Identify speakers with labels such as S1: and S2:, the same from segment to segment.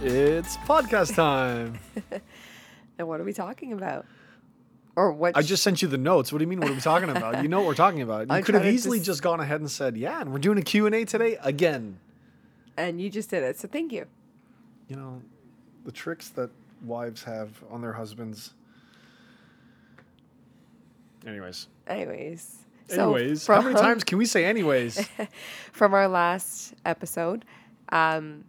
S1: It's podcast time.
S2: And what are we talking about? Or what?
S1: I just sent you the notes. What do you mean? What are we talking about? You know what we're talking about. You
S2: I
S1: could have
S2: tried to
S1: easily
S2: s-
S1: just gone ahead and said, "Yeah," and we're doing a Q and A today again.
S2: and you just did it, so thank you.
S1: You know, the tricks that wives have on their husbands. Anyways,
S2: Anyways.
S1: anyways,
S2: so from,
S1: how many times can we say "anyways"?
S2: from our last episode, um,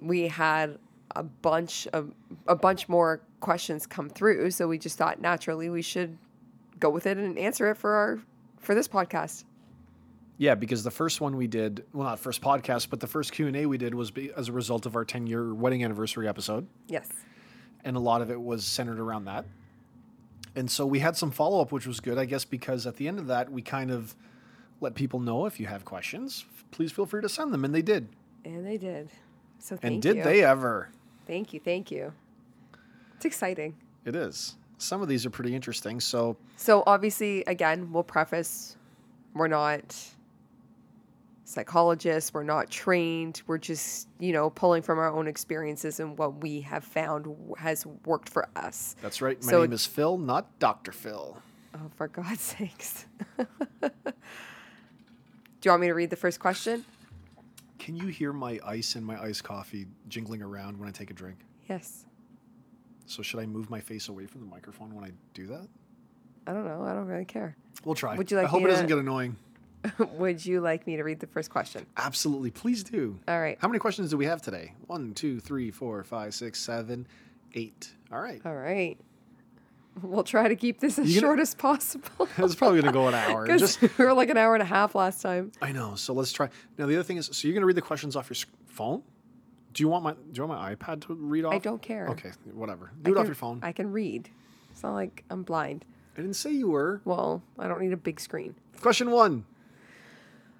S2: we had a bunch of a bunch more questions come through, so we just thought naturally we should go with it and answer it for our for this podcast.
S1: yeah, because the first one we did, well, not first podcast, but the first Q and A we did was be, as a result of our ten-year wedding anniversary episode.
S2: Yes.
S1: and a lot of it was centered around that. And so we had some follow up, which was good, I guess, because at the end of that, we kind of let people know if you have questions, please feel free to send them. And they did.
S2: And they did. So thank
S1: And did
S2: you.
S1: they ever?
S2: Thank you, thank you. It's exciting.
S1: It is. Some of these are pretty interesting. So,
S2: So obviously, again, we'll preface we're not psychologists, we're not trained, we're just, you know, pulling from our own experiences and what we have found w- has worked for us.
S1: that's right. My
S2: So-
S1: name is Phil, not Dr. Phil.
S2: Oh, for God's sakes. Do you want me to read the first question?
S1: Can you hear my ice and my iced coffee jingling around when I take a drink?
S2: Yes.
S1: So, should I move my face away from the microphone when I do that?
S2: I don't know. I don't really care.
S1: We'll try.
S2: Would you like
S1: I hope
S2: me
S1: it doesn't
S2: to-
S1: get annoying.
S2: Would you like me to read the first question?
S1: Absolutely. Please do.
S2: All right.
S1: How many questions do we have today? One, two, three, four, five, six, seven, eight. All right.
S2: All right. We'll try to keep this as
S1: You gonna-
S2: short as possible.
S1: It's probably going to go an hour.
S2: Because
S1: Just,
S2: we were like an hour and a half last time.
S1: I know. So let's try. Now the other thing is, so you're going to read the questions off your sc- phone. Do you want my Do you want my iPad to read off?
S2: I don't care.
S1: Okay, whatever.
S2: I
S1: Do it off
S2: can-
S1: your phone. I,
S2: I can read. It's not like I'm blind.
S1: didn't say you were.
S2: Well, I don't need a big screen.
S1: Question one.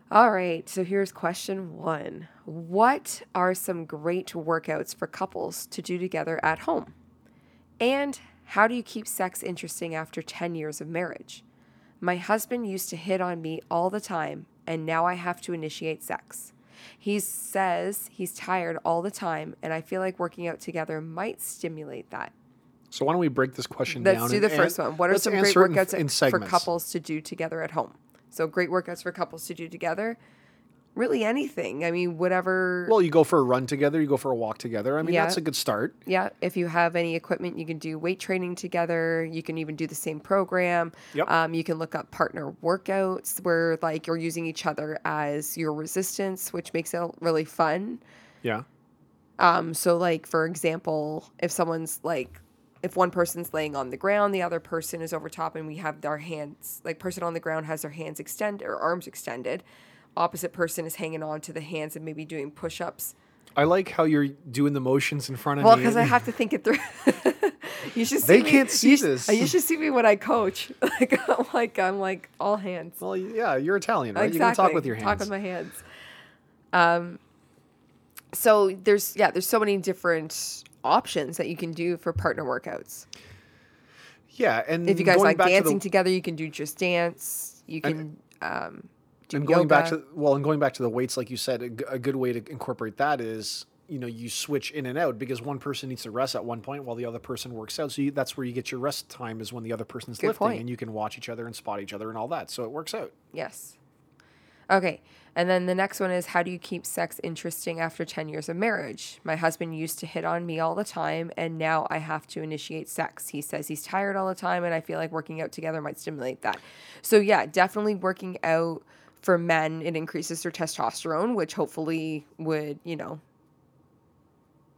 S2: All right, so here's question one What are some great workouts for couples to do together at home? And how do you keep sex interesting after 10 years of marriage? My husband used to hit on me all the time, and now I have to initiate sex. He says he's tired all the time, and I feel like working out together might stimulate that.
S1: So why don't we break this question
S2: Let's
S1: down?
S2: do
S1: and-
S2: the first
S1: and
S2: one. What are
S1: let's
S2: some great
S1: answer it in-
S2: workouts
S1: in
S2: for
S1: segments?
S2: couples to do together at home? So great workouts for couples to do together. Really anything. I mean, whatever.
S1: Well, you go for a run together. You go for a walk together. I mean,
S2: Yeah.
S1: that's a good start.
S2: yeah, if you have any equipment, you can do weight training together. You can even do the same program.
S1: Yep.
S2: Um, you can look up partner workouts where like you're using each other as your resistance, which makes it really fun.
S1: Yeah.
S2: Um, so like for example, if someone's like if one person's laying on the ground, the other person is over top and we have our hands like person on the ground has their hands extended or arms extended. Opposite person is hanging on to the hands and maybe doing push ups.
S1: I like how you're doing the motions in front of
S2: Well,
S1: me.
S2: because I have to think it through. you should see
S1: They
S2: me-
S1: can't see
S2: you sh-
S1: this.
S2: You should see me when I coach. Like I'm like I'm like all hands.
S1: Well, yeah, you're Italian, right? You can talk with your hands.
S2: Talk with my hands. Um, so there's yeah, there's so many different options that you can do for partner workouts.
S1: Yeah, and
S2: If you guys
S1: Mm, going
S2: like
S1: back to the-
S2: dancing together, you can do just dance. You can um, do
S1: and going
S2: yoga.
S1: back to well, and going back to the weights, like you said, a, g- a good way to incorporate that is you know you switch in and out because one person needs to rest at one point while the other person works out. So you, that's where you get your rest time is when the other person's
S2: Good
S1: lifting,
S2: point.
S1: and you can watch each other and spot each other and all that. So it works out.
S2: yes. Okay. And then the next one is how do you keep sex interesting after 10 years of marriage? My husband used to hit on me all the time, and now I have to initiate sex. He says he's tired all the time, and I feel like working out together might stimulate that. So, yeah, definitely working out for men, it increases their testosterone, which hopefully would, you know,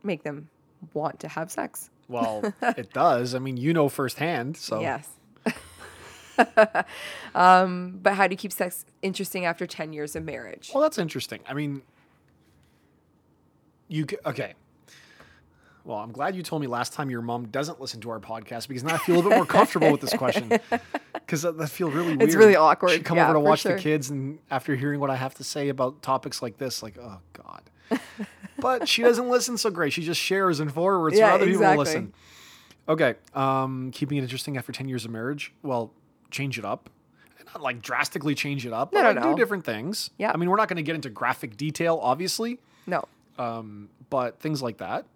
S2: make them want to have sex.
S1: Well, it does. I mean, you know firsthand. So
S2: Yes. um, but how do you keep sex interesting after 10 years of marriage?
S1: well, that's interesting. I mean, you c- okay. Well, I'm glad you told me last time your mom doesn't listen to our podcast because now I feel a little bit more comfortable with this question because I I feel really weird.
S2: It's really awkward.
S1: She'd come
S2: Yeah,
S1: over to
S2: for
S1: watch
S2: sure.
S1: the kids, and after hearing what I have to say about topics like this, like, oh god. but she doesn't listen so great. She just shares and forwards
S2: Yeah,
S1: for other people to
S2: exactly.
S1: listen. Okay, um, keeping it interesting after ten years of marriage. Well, change it up. Not like drastically change it up,
S2: No,
S1: but
S2: no,
S1: like, do
S2: no.
S1: different things.
S2: Yeah.
S1: I mean, we're not going to get into graphic detail, obviously,
S2: No.
S1: but things like that.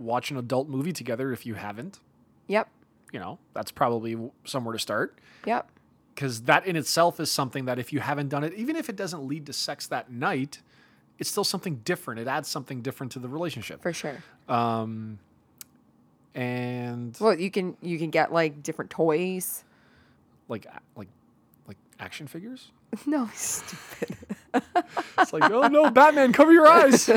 S1: watch an adult movie together if you haven't.
S2: Yep.
S1: You know, that's probably w- somewhere to start
S2: Yep.
S1: because that in itself is something that if you haven't done it, even if it doesn't lead to sex that night, it's still something different. It adds something different to the relationship.
S2: For sure.
S1: Um, and
S2: Well, you can you can get like different toys.
S1: like a- like like action figures.
S2: No, stupid.
S1: It's like, oh no, Batman, cover your eyes.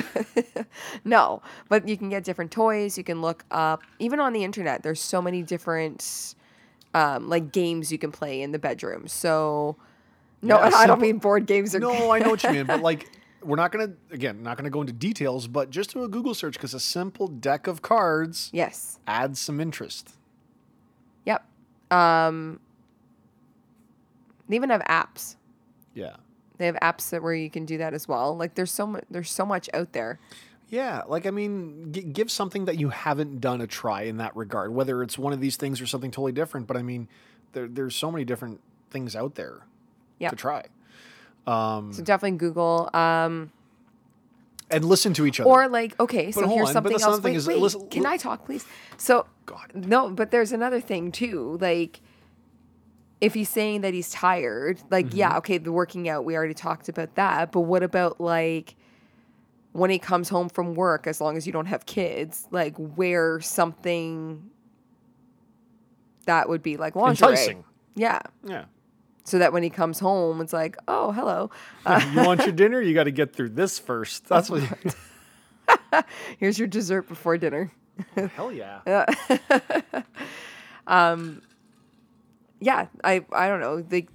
S2: No, but you can get different toys. You can look up even on the internet. There's so many different um, like games you can play in the bedroom. So no,
S1: Yeah,
S2: and I don't
S1: simple-
S2: mean board games are
S1: no, I know what you mean, but like we're not gonna again, not gonna go into details, but just do a Google search because a simple deck of cards
S2: Yes.
S1: adds some interest.
S2: Yep. Um, they even have apps.
S1: Yeah.
S2: They have apps that where you can do that as well. Like there's so much there's so much out there.
S1: Yeah, like I mean, g- give something that you haven't done a try in that regard, whether it's one of these things or something totally different. But I mean, there, there's so many different things out there
S2: Yeah.
S1: to try Hmm.
S2: So definitely Google. Um,
S1: and listen to each other.
S2: or like okay, so
S1: hold
S2: here's
S1: on, but
S2: something
S1: that's
S2: else.
S1: another thing
S2: Wait,
S1: is- uh,
S2: wait,
S1: listen-
S2: can I talk, please? So
S1: God.
S2: no, but there's another thing too. Like if he's saying that he's tired, like
S1: Mm-hmm.
S2: yeah, okay, the working out we already talked about that. But what about like when he comes home from work? As long as you don't have kids, like wear something that would be like lingerie.
S1: Enticing.
S2: Yeah.
S1: yeah.
S2: So that when he comes home, it's like, oh, hello. Uh,
S1: you want your dinner? You got to get through this first. That's what. You,
S2: here's your dessert before dinner.
S1: hell yeah.
S2: yeah, I I don't know. They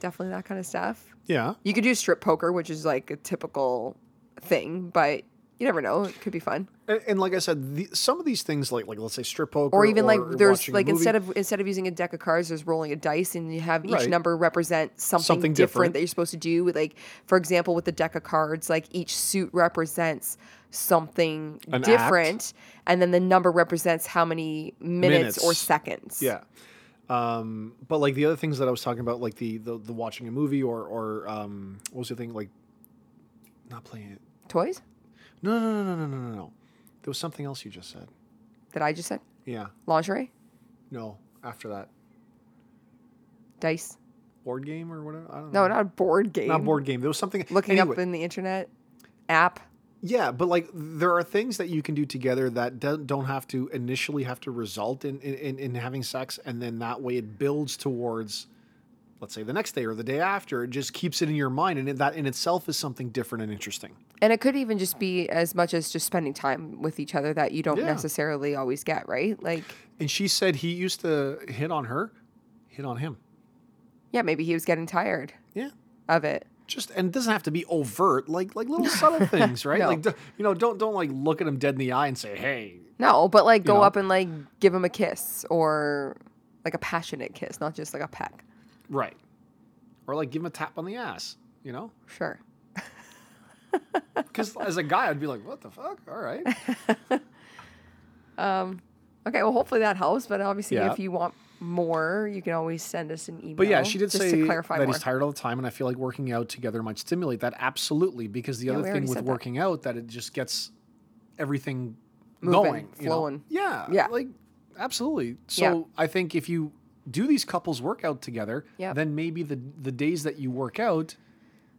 S2: definitely that kind of stuff.
S1: Yeah.
S2: You could do strip poker, which is like a typical thing, but you never know. It could be fun.
S1: And, and like I said, the, some of these things, like like let's say strip poker,
S2: Or even like there's
S1: watching a
S2: like
S1: movie,
S2: instead of instead of using a deck of cards, there's rolling a dice, and you have each
S1: Right.
S2: number represent something,
S1: Something
S2: different,
S1: different.
S2: that you're supposed to do. With like for example, with the deck of cards, like each suit represents something
S1: An act.
S2: different, and then the number represents how many minutes, or
S1: Minutes.
S2: seconds.
S1: Yeah. Um, but like the other things that I was talking about, like the the, the watching a movie or or um, what was the thing like, not playing it.
S2: toys
S1: No, no, no, no, no, no, no, no. There was something else you just said.
S2: that I just said
S1: Yeah.
S2: lingerie,
S1: No. After that,
S2: dice.
S1: board game or whatever. I don't know.
S2: No, not a board game.
S1: Not board game. There was something.
S2: looking
S1: Anyway,
S2: up in the internet app.
S1: yeah, but like there are things that you can do together that do- don't have to initially have to result in in, in in having sex, and then that way it builds towards. Let's say the next day or the day after, it just keeps it in your mind, and it- that in itself is something different and interesting.
S2: And it could even just be as much as just spending time with each other that you don't
S1: Yeah.
S2: necessarily always get, right? Like,
S1: And she said he used to hit on her, hit on him.
S2: yeah, maybe he was getting tired
S1: Yeah.
S2: of it.
S1: Just and it doesn't have to be overt, like like little subtle things, right?
S2: No.
S1: Like d- you know, don't don't like look at him dead in the eye and say, "Hey."
S2: No, but like go
S1: know?
S2: up and like give him a kiss or like a passionate kiss, not just like a peck.
S1: Right. Or like give him a tap on the ass, you know?
S2: Sure.
S1: Cuz as a guy I'd be like, "What the fuck? All right."
S2: Okay, well, hopefully that helps. But obviously,
S1: Yeah.
S2: if you want more, you can always send us an email.
S1: But yeah, she did
S2: just
S1: say
S2: to
S1: that
S2: clarify more.
S1: he's tired all the time and I feel like working out together might stimulate that absolutely because the
S2: Yeah,
S1: other
S2: we
S1: thing
S2: already
S1: with
S2: said that.
S1: working out that it just gets everything
S2: Moving,
S1: going, you know?
S2: flowing.
S1: Yeah.
S2: Yeah.
S1: Like absolutely. So
S2: Yeah.
S1: I think if you do these couples work out together,
S2: Yep.
S1: then maybe the the days that you work out,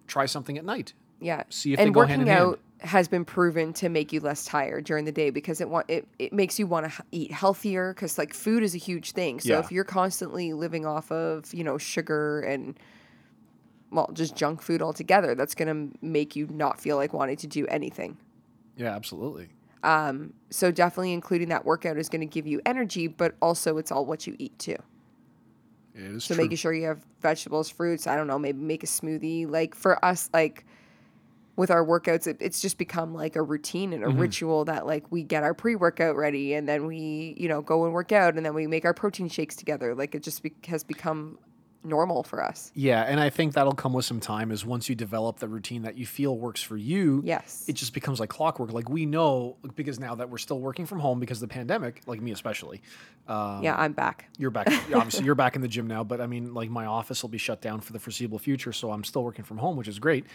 S1: try something at night.
S2: Yeah.
S1: See if they
S2: and
S1: go
S2: working
S1: hand in hand.
S2: out has been proven to make you less tired during the day because it want it, it makes you want to eat healthier because like food is a huge thing. So
S1: Yeah.
S2: if you're constantly living off of you know sugar and well just junk food altogether, that's gonna make you not feel like wanting to do anything. Um,
S1: Yeah, absolutely.
S2: So definitely including that workout is gonna give you energy, but also it's all what you eat too.
S1: It is
S2: So
S1: true.
S2: making sure you have vegetables, fruits. I don't know, maybe make a smoothie. Like for us, like with our workouts, it, it's just become like a routine and a
S1: Mm-hmm.
S2: ritual that like we get our pre workout ready and then we, you know, go and work out and then we make our protein shakes together. Like it just be- has become normal for us.
S1: Yeah, and I think that'll come with some time is once you develop the routine that you feel works for you.
S2: Yes.
S1: It just becomes like clockwork. Like we know because now that we're still working from home because of the pandemic, like me especially. Um,
S2: yeah, I'm back.
S1: You're back obviously you're back in the gym now, but I mean like my office will be shut down for the foreseeable future, so I'm still working from home, which is great.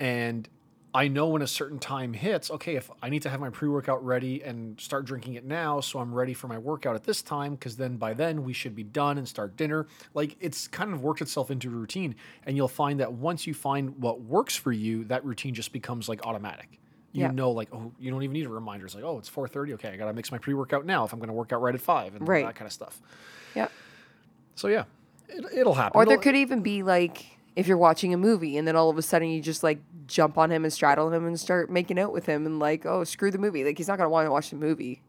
S1: And I know when a certain time hits, okay, if I need to have my pre workout ready and start drinking it now, so I'm ready for my workout at this time, because then by then we should be done and start dinner. Like it's kind of worked itself into a routine. And you'll find that once you find what works for you, that routine just becomes like automatic. You
S2: Yeah.
S1: know, like, oh, you don't even need a reminder. It's like, oh, it's 4.30. Okay, I got to mix my pre-workout now if I'm going to work out right at 5 and
S2: Right.
S1: that kind of stuff.
S2: Yeah.
S1: So, yeah, it, it'll happen.
S2: Or there
S1: It'll-
S2: could even be like if you're watching a movie and then all of a sudden you just like jump on him and straddle him and start making out with him and like, oh, screw the movie. Like he's not going to want to watch the movie.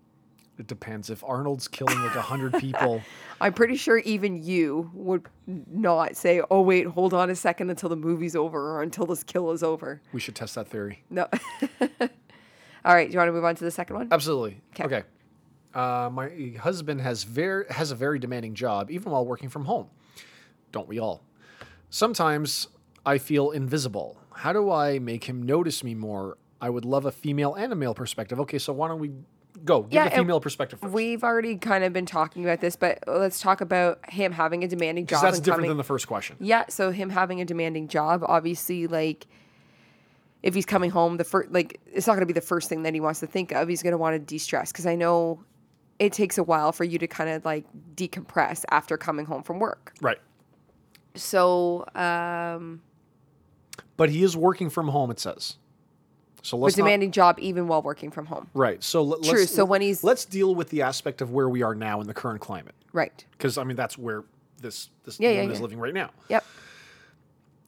S1: It depends. If Arnold's killing like 100 people...
S2: I'm pretty sure even you would not say, oh, wait, hold on a second until the movie's over or until this kill is over.
S1: We should test that theory.
S2: No. all right. Do you want to move on to the second one?
S1: Absolutely.
S2: 'Kay.
S1: Okay. Uh, my husband has very has a very demanding job, even while working from home. Don't we all? Sometimes I feel invisible. How do I make him notice me more? I would love a female and a male perspective. Okay, so why don't we go give
S2: Yeah,
S1: the
S2: and
S1: female perspective first?
S2: We've already kind of been talking about this, but let's talk about him having a demanding
S1: 'Cause
S2: job.
S1: that's
S2: and
S1: different
S2: coming-
S1: than the first question.
S2: Yeah, so him having a demanding job, obviously, like if he's coming home, the first like it's not going to be the first thing that he wants to think of. He's going to want to de-stress because I know it takes a while for you to kind of like decompress after coming home from work.
S1: Right.
S2: So um,
S1: But he is working from home, it says. So
S2: a
S1: let's not,
S2: demanding job even while working from home,
S1: right. So let,
S2: True,
S1: Let's,
S2: so when he's-
S1: let's deal with the aspect of where we are now in the current climate.
S2: right?
S1: because I mean that's where this this
S2: Yeah, yeah,
S1: woman is
S2: yeah.
S1: living right now.
S2: Yep.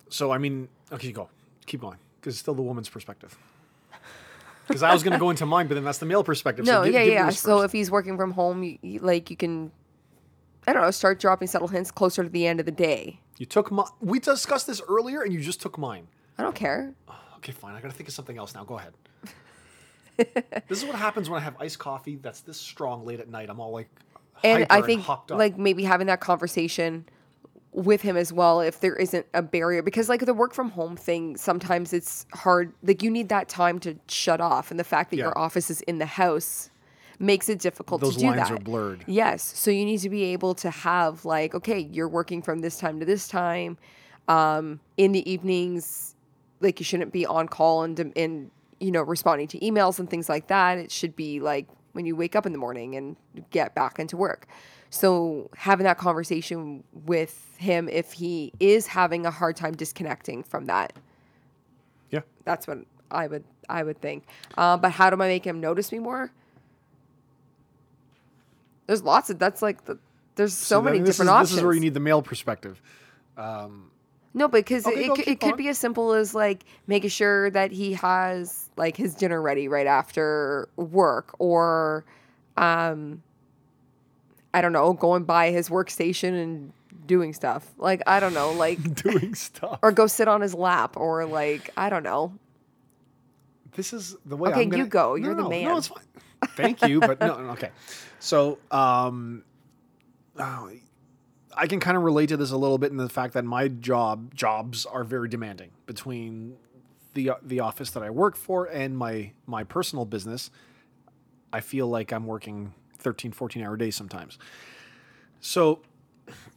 S1: So I mean, okay, go keep going because it's still the woman's perspective. Because I was going to go into mine, but then that's the male perspective.
S2: No,
S1: so gi-
S2: yeah,
S1: give
S2: yeah.
S1: yours
S2: So
S1: first.
S2: if he's working from home, you, you- like you can, I don't know, start dropping subtle hints closer to the end of the day.
S1: you took my, we discussed this earlier, and you just took mine.
S2: I don't care.
S1: Okay, fine. I got to think of something else now. Go ahead. this is what happens when I have iced coffee that's this strong late at night. I'm all like,
S2: and
S1: hyper
S2: I think
S1: hopped up.
S2: like maybe having that conversation with him as well if there isn't a barrier because like the work from home thing sometimes it's hard like you need that time to shut off and the fact that
S1: Yeah.
S2: your office is in the house makes it difficult
S1: Those
S2: to do
S1: lines
S2: that
S1: are blurred.
S2: yes so you need to be able to have like okay you're working from this time to this time um in the evenings like you shouldn't be on call and and you know responding to emails and things like that it should be like when you wake up in the morning and get back into work so having that conversation with him if he is having a hard time disconnecting from that
S1: yeah.
S2: that's what i would i would think uh, but how do i make him notice me more there's lots of that's like the, there's so,
S1: then
S2: many
S1: this
S2: different
S1: is,
S2: options
S1: This is where you need the male perspective.
S2: No, because
S1: Okay,
S2: it,
S1: go,
S2: it, c-
S1: keep
S2: it could
S1: going.
S2: be as simple as like making sure that he has like his dinner ready right after work or um I don't know, going by his workstation and doing stuff. Like I don't know, like
S1: Doing stuff.
S2: or go sit on his lap or like I don't know.
S1: this is the way.
S2: Okay,
S1: I'm gonna,
S2: you
S1: No,
S2: go. You're the
S1: no, No,
S2: man.
S1: it's fine. Thank you, but no, no, okay. So, um, oh, I can kind of relate to this a little bit in the fact that my job jobs are very demanding between the the office that I work for and my my personal business. I feel like I'm working 13, 14 hour days sometimes. So,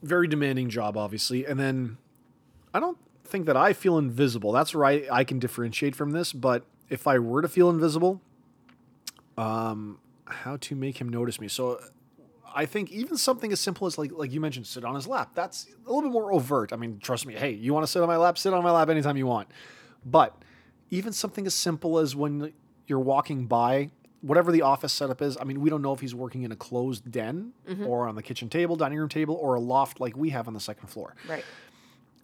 S1: very demanding job, obviously. And then I don't think that I feel invisible. That's where I, I can differentiate from this. But if I were to feel invisible, um, how to make him notice me? So I think even something as simple as like like you mentioned, sit on his lap. That's a little bit more overt. I mean, trust me. Hey, you want to sit on my lap? Sit on my lap anytime you want. But even something as simple as when you're walking by whatever the office setup is. I mean, we don't know if he's working in a closed den or on the kitchen table, dining room table, or a loft like we have on the second floor
S2: Right.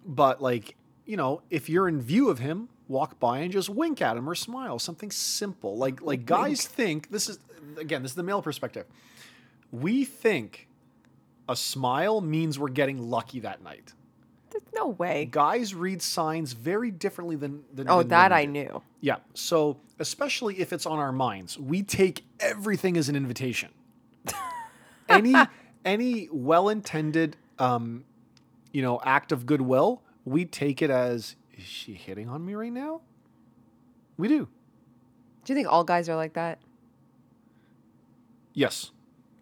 S1: but like you know if you're in view of him walk by and just wink at him or smile something simple like like guys think this is again this is the male perspective we think a smile means we're getting lucky that night
S2: There's no way.
S1: guys read signs very differently than, than
S2: Oh,
S1: than
S2: that
S1: women
S2: I
S1: do.
S2: knew.
S1: yeah so especially if it's on our minds we take everything as an invitation any any well-intended um you know act of goodwill we take it as is she hitting on me right now we do
S2: Do you think all guys are like that?
S1: yes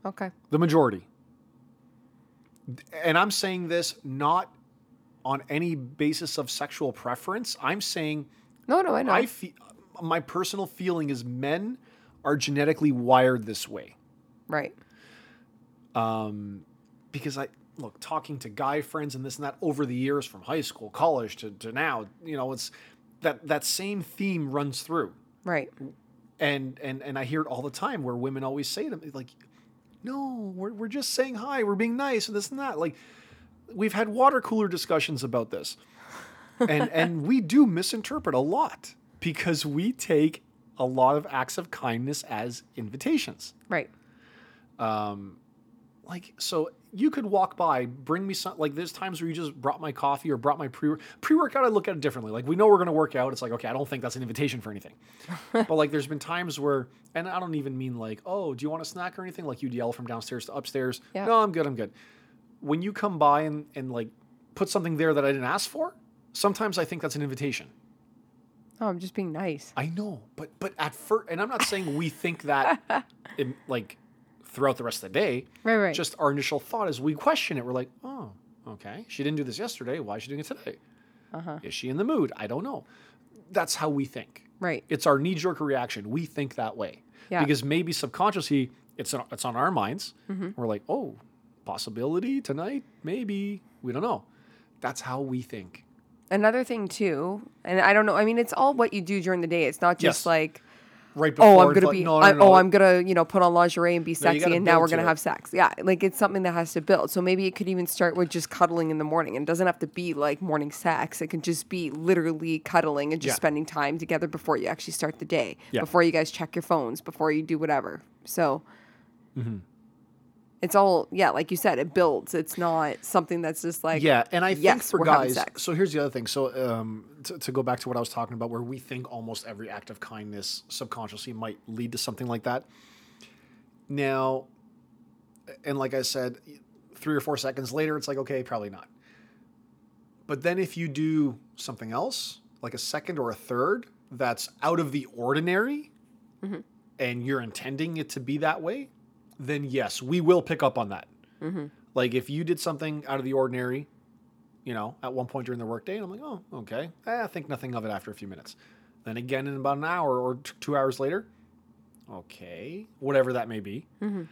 S2: Okay.
S1: the majority and i'm saying this not on any basis of sexual preference i'm saying
S2: No, no, I know.
S1: i feel my personal feeling is men are genetically wired this way.
S2: Right.
S1: Um, because I look talking to guy friends and this and that over the years from high school, college to, to now, you know, it's that that same theme runs through.
S2: Right.
S1: And and and I hear it all the time where women always say to me like, No, we're we're just saying hi, we're being nice and this and that. Like we've had water cooler discussions about this. And and we do misinterpret a lot because we take a lot of acts of kindness as invitations
S2: Right.
S1: like so you could walk by bring me some like there's times where you just brought my coffee or brought my pre pre-workout i look at it differently like we know we're going to work out it's like okay i don't think that's an invitation for anything but like there's been times where and i don't even mean like oh do you want a snack or anything like you'd yell from downstairs to upstairs
S2: Yeah.
S1: no i'm good i'm good when you come by and and like put something there that i didn't ask for sometimes i think that's an invitation
S2: Oh, I'm just being nice.
S1: i know but but at first and i'm not saying we think that in, like throughout the rest of the day
S2: Right. Right.
S1: just our initial thought is we question it. We're like, oh, okay. She didn't do this yesterday. Why is she doing it today?
S2: Uh-huh.
S1: Is she in the mood? I don't know. That's how we think.
S2: right.
S1: It's our knee jerk reaction. We think that way.
S2: Yeah.
S1: Because maybe subconsciously it's on, it's on our minds.
S2: Mm-hmm.
S1: We're like, oh, possibility tonight? Maybe. We don't know. That's how we think.
S2: Another thing too, and I don't know. I mean, it's all what you do during the day. It's not just
S1: Yes.
S2: like,
S1: Right before
S2: oh, I'm
S1: it's
S2: gonna
S1: like,
S2: be,
S1: no, no,
S2: I,
S1: no,
S2: oh, I'm gonna, you know, put on lingerie and be sexy,
S1: gotta
S2: and now
S1: build
S2: we're
S1: to
S2: gonna
S1: it.
S2: have sex. Yeah, like it's something that has to build. So maybe it could even start with just cuddling in the morning, and it doesn't have to be like morning sex. It can just be literally cuddling and just
S1: Yeah.
S2: spending time together before you actually start the day,
S1: Yeah.
S2: before you guys check your phones, before you do whatever. So.
S1: Mm-hmm.
S2: It's all yeah, like you said, it builds. It's not something that's just like
S1: yeah and i think
S2: yes,
S1: for
S2: we're having
S1: guys
S2: sex.
S1: so here's the other thing so um, to, to go back to what i was talking about where we think almost every act of kindness subconsciously might lead to something like that now and like i said three or four seconds later it's like okay probably not but then if you do something else like a second or a third that's out of the ordinary
S2: Mm-hmm.
S1: and you're intending it to be that way then yes we will pick up on that like if you did something out of the ordinary you know, at one point during the workday, and I'm like, oh, okay. Eh, I think nothing of it after a few minutes. Then again, in about an hour or t- two hours later, okay, whatever that may be. And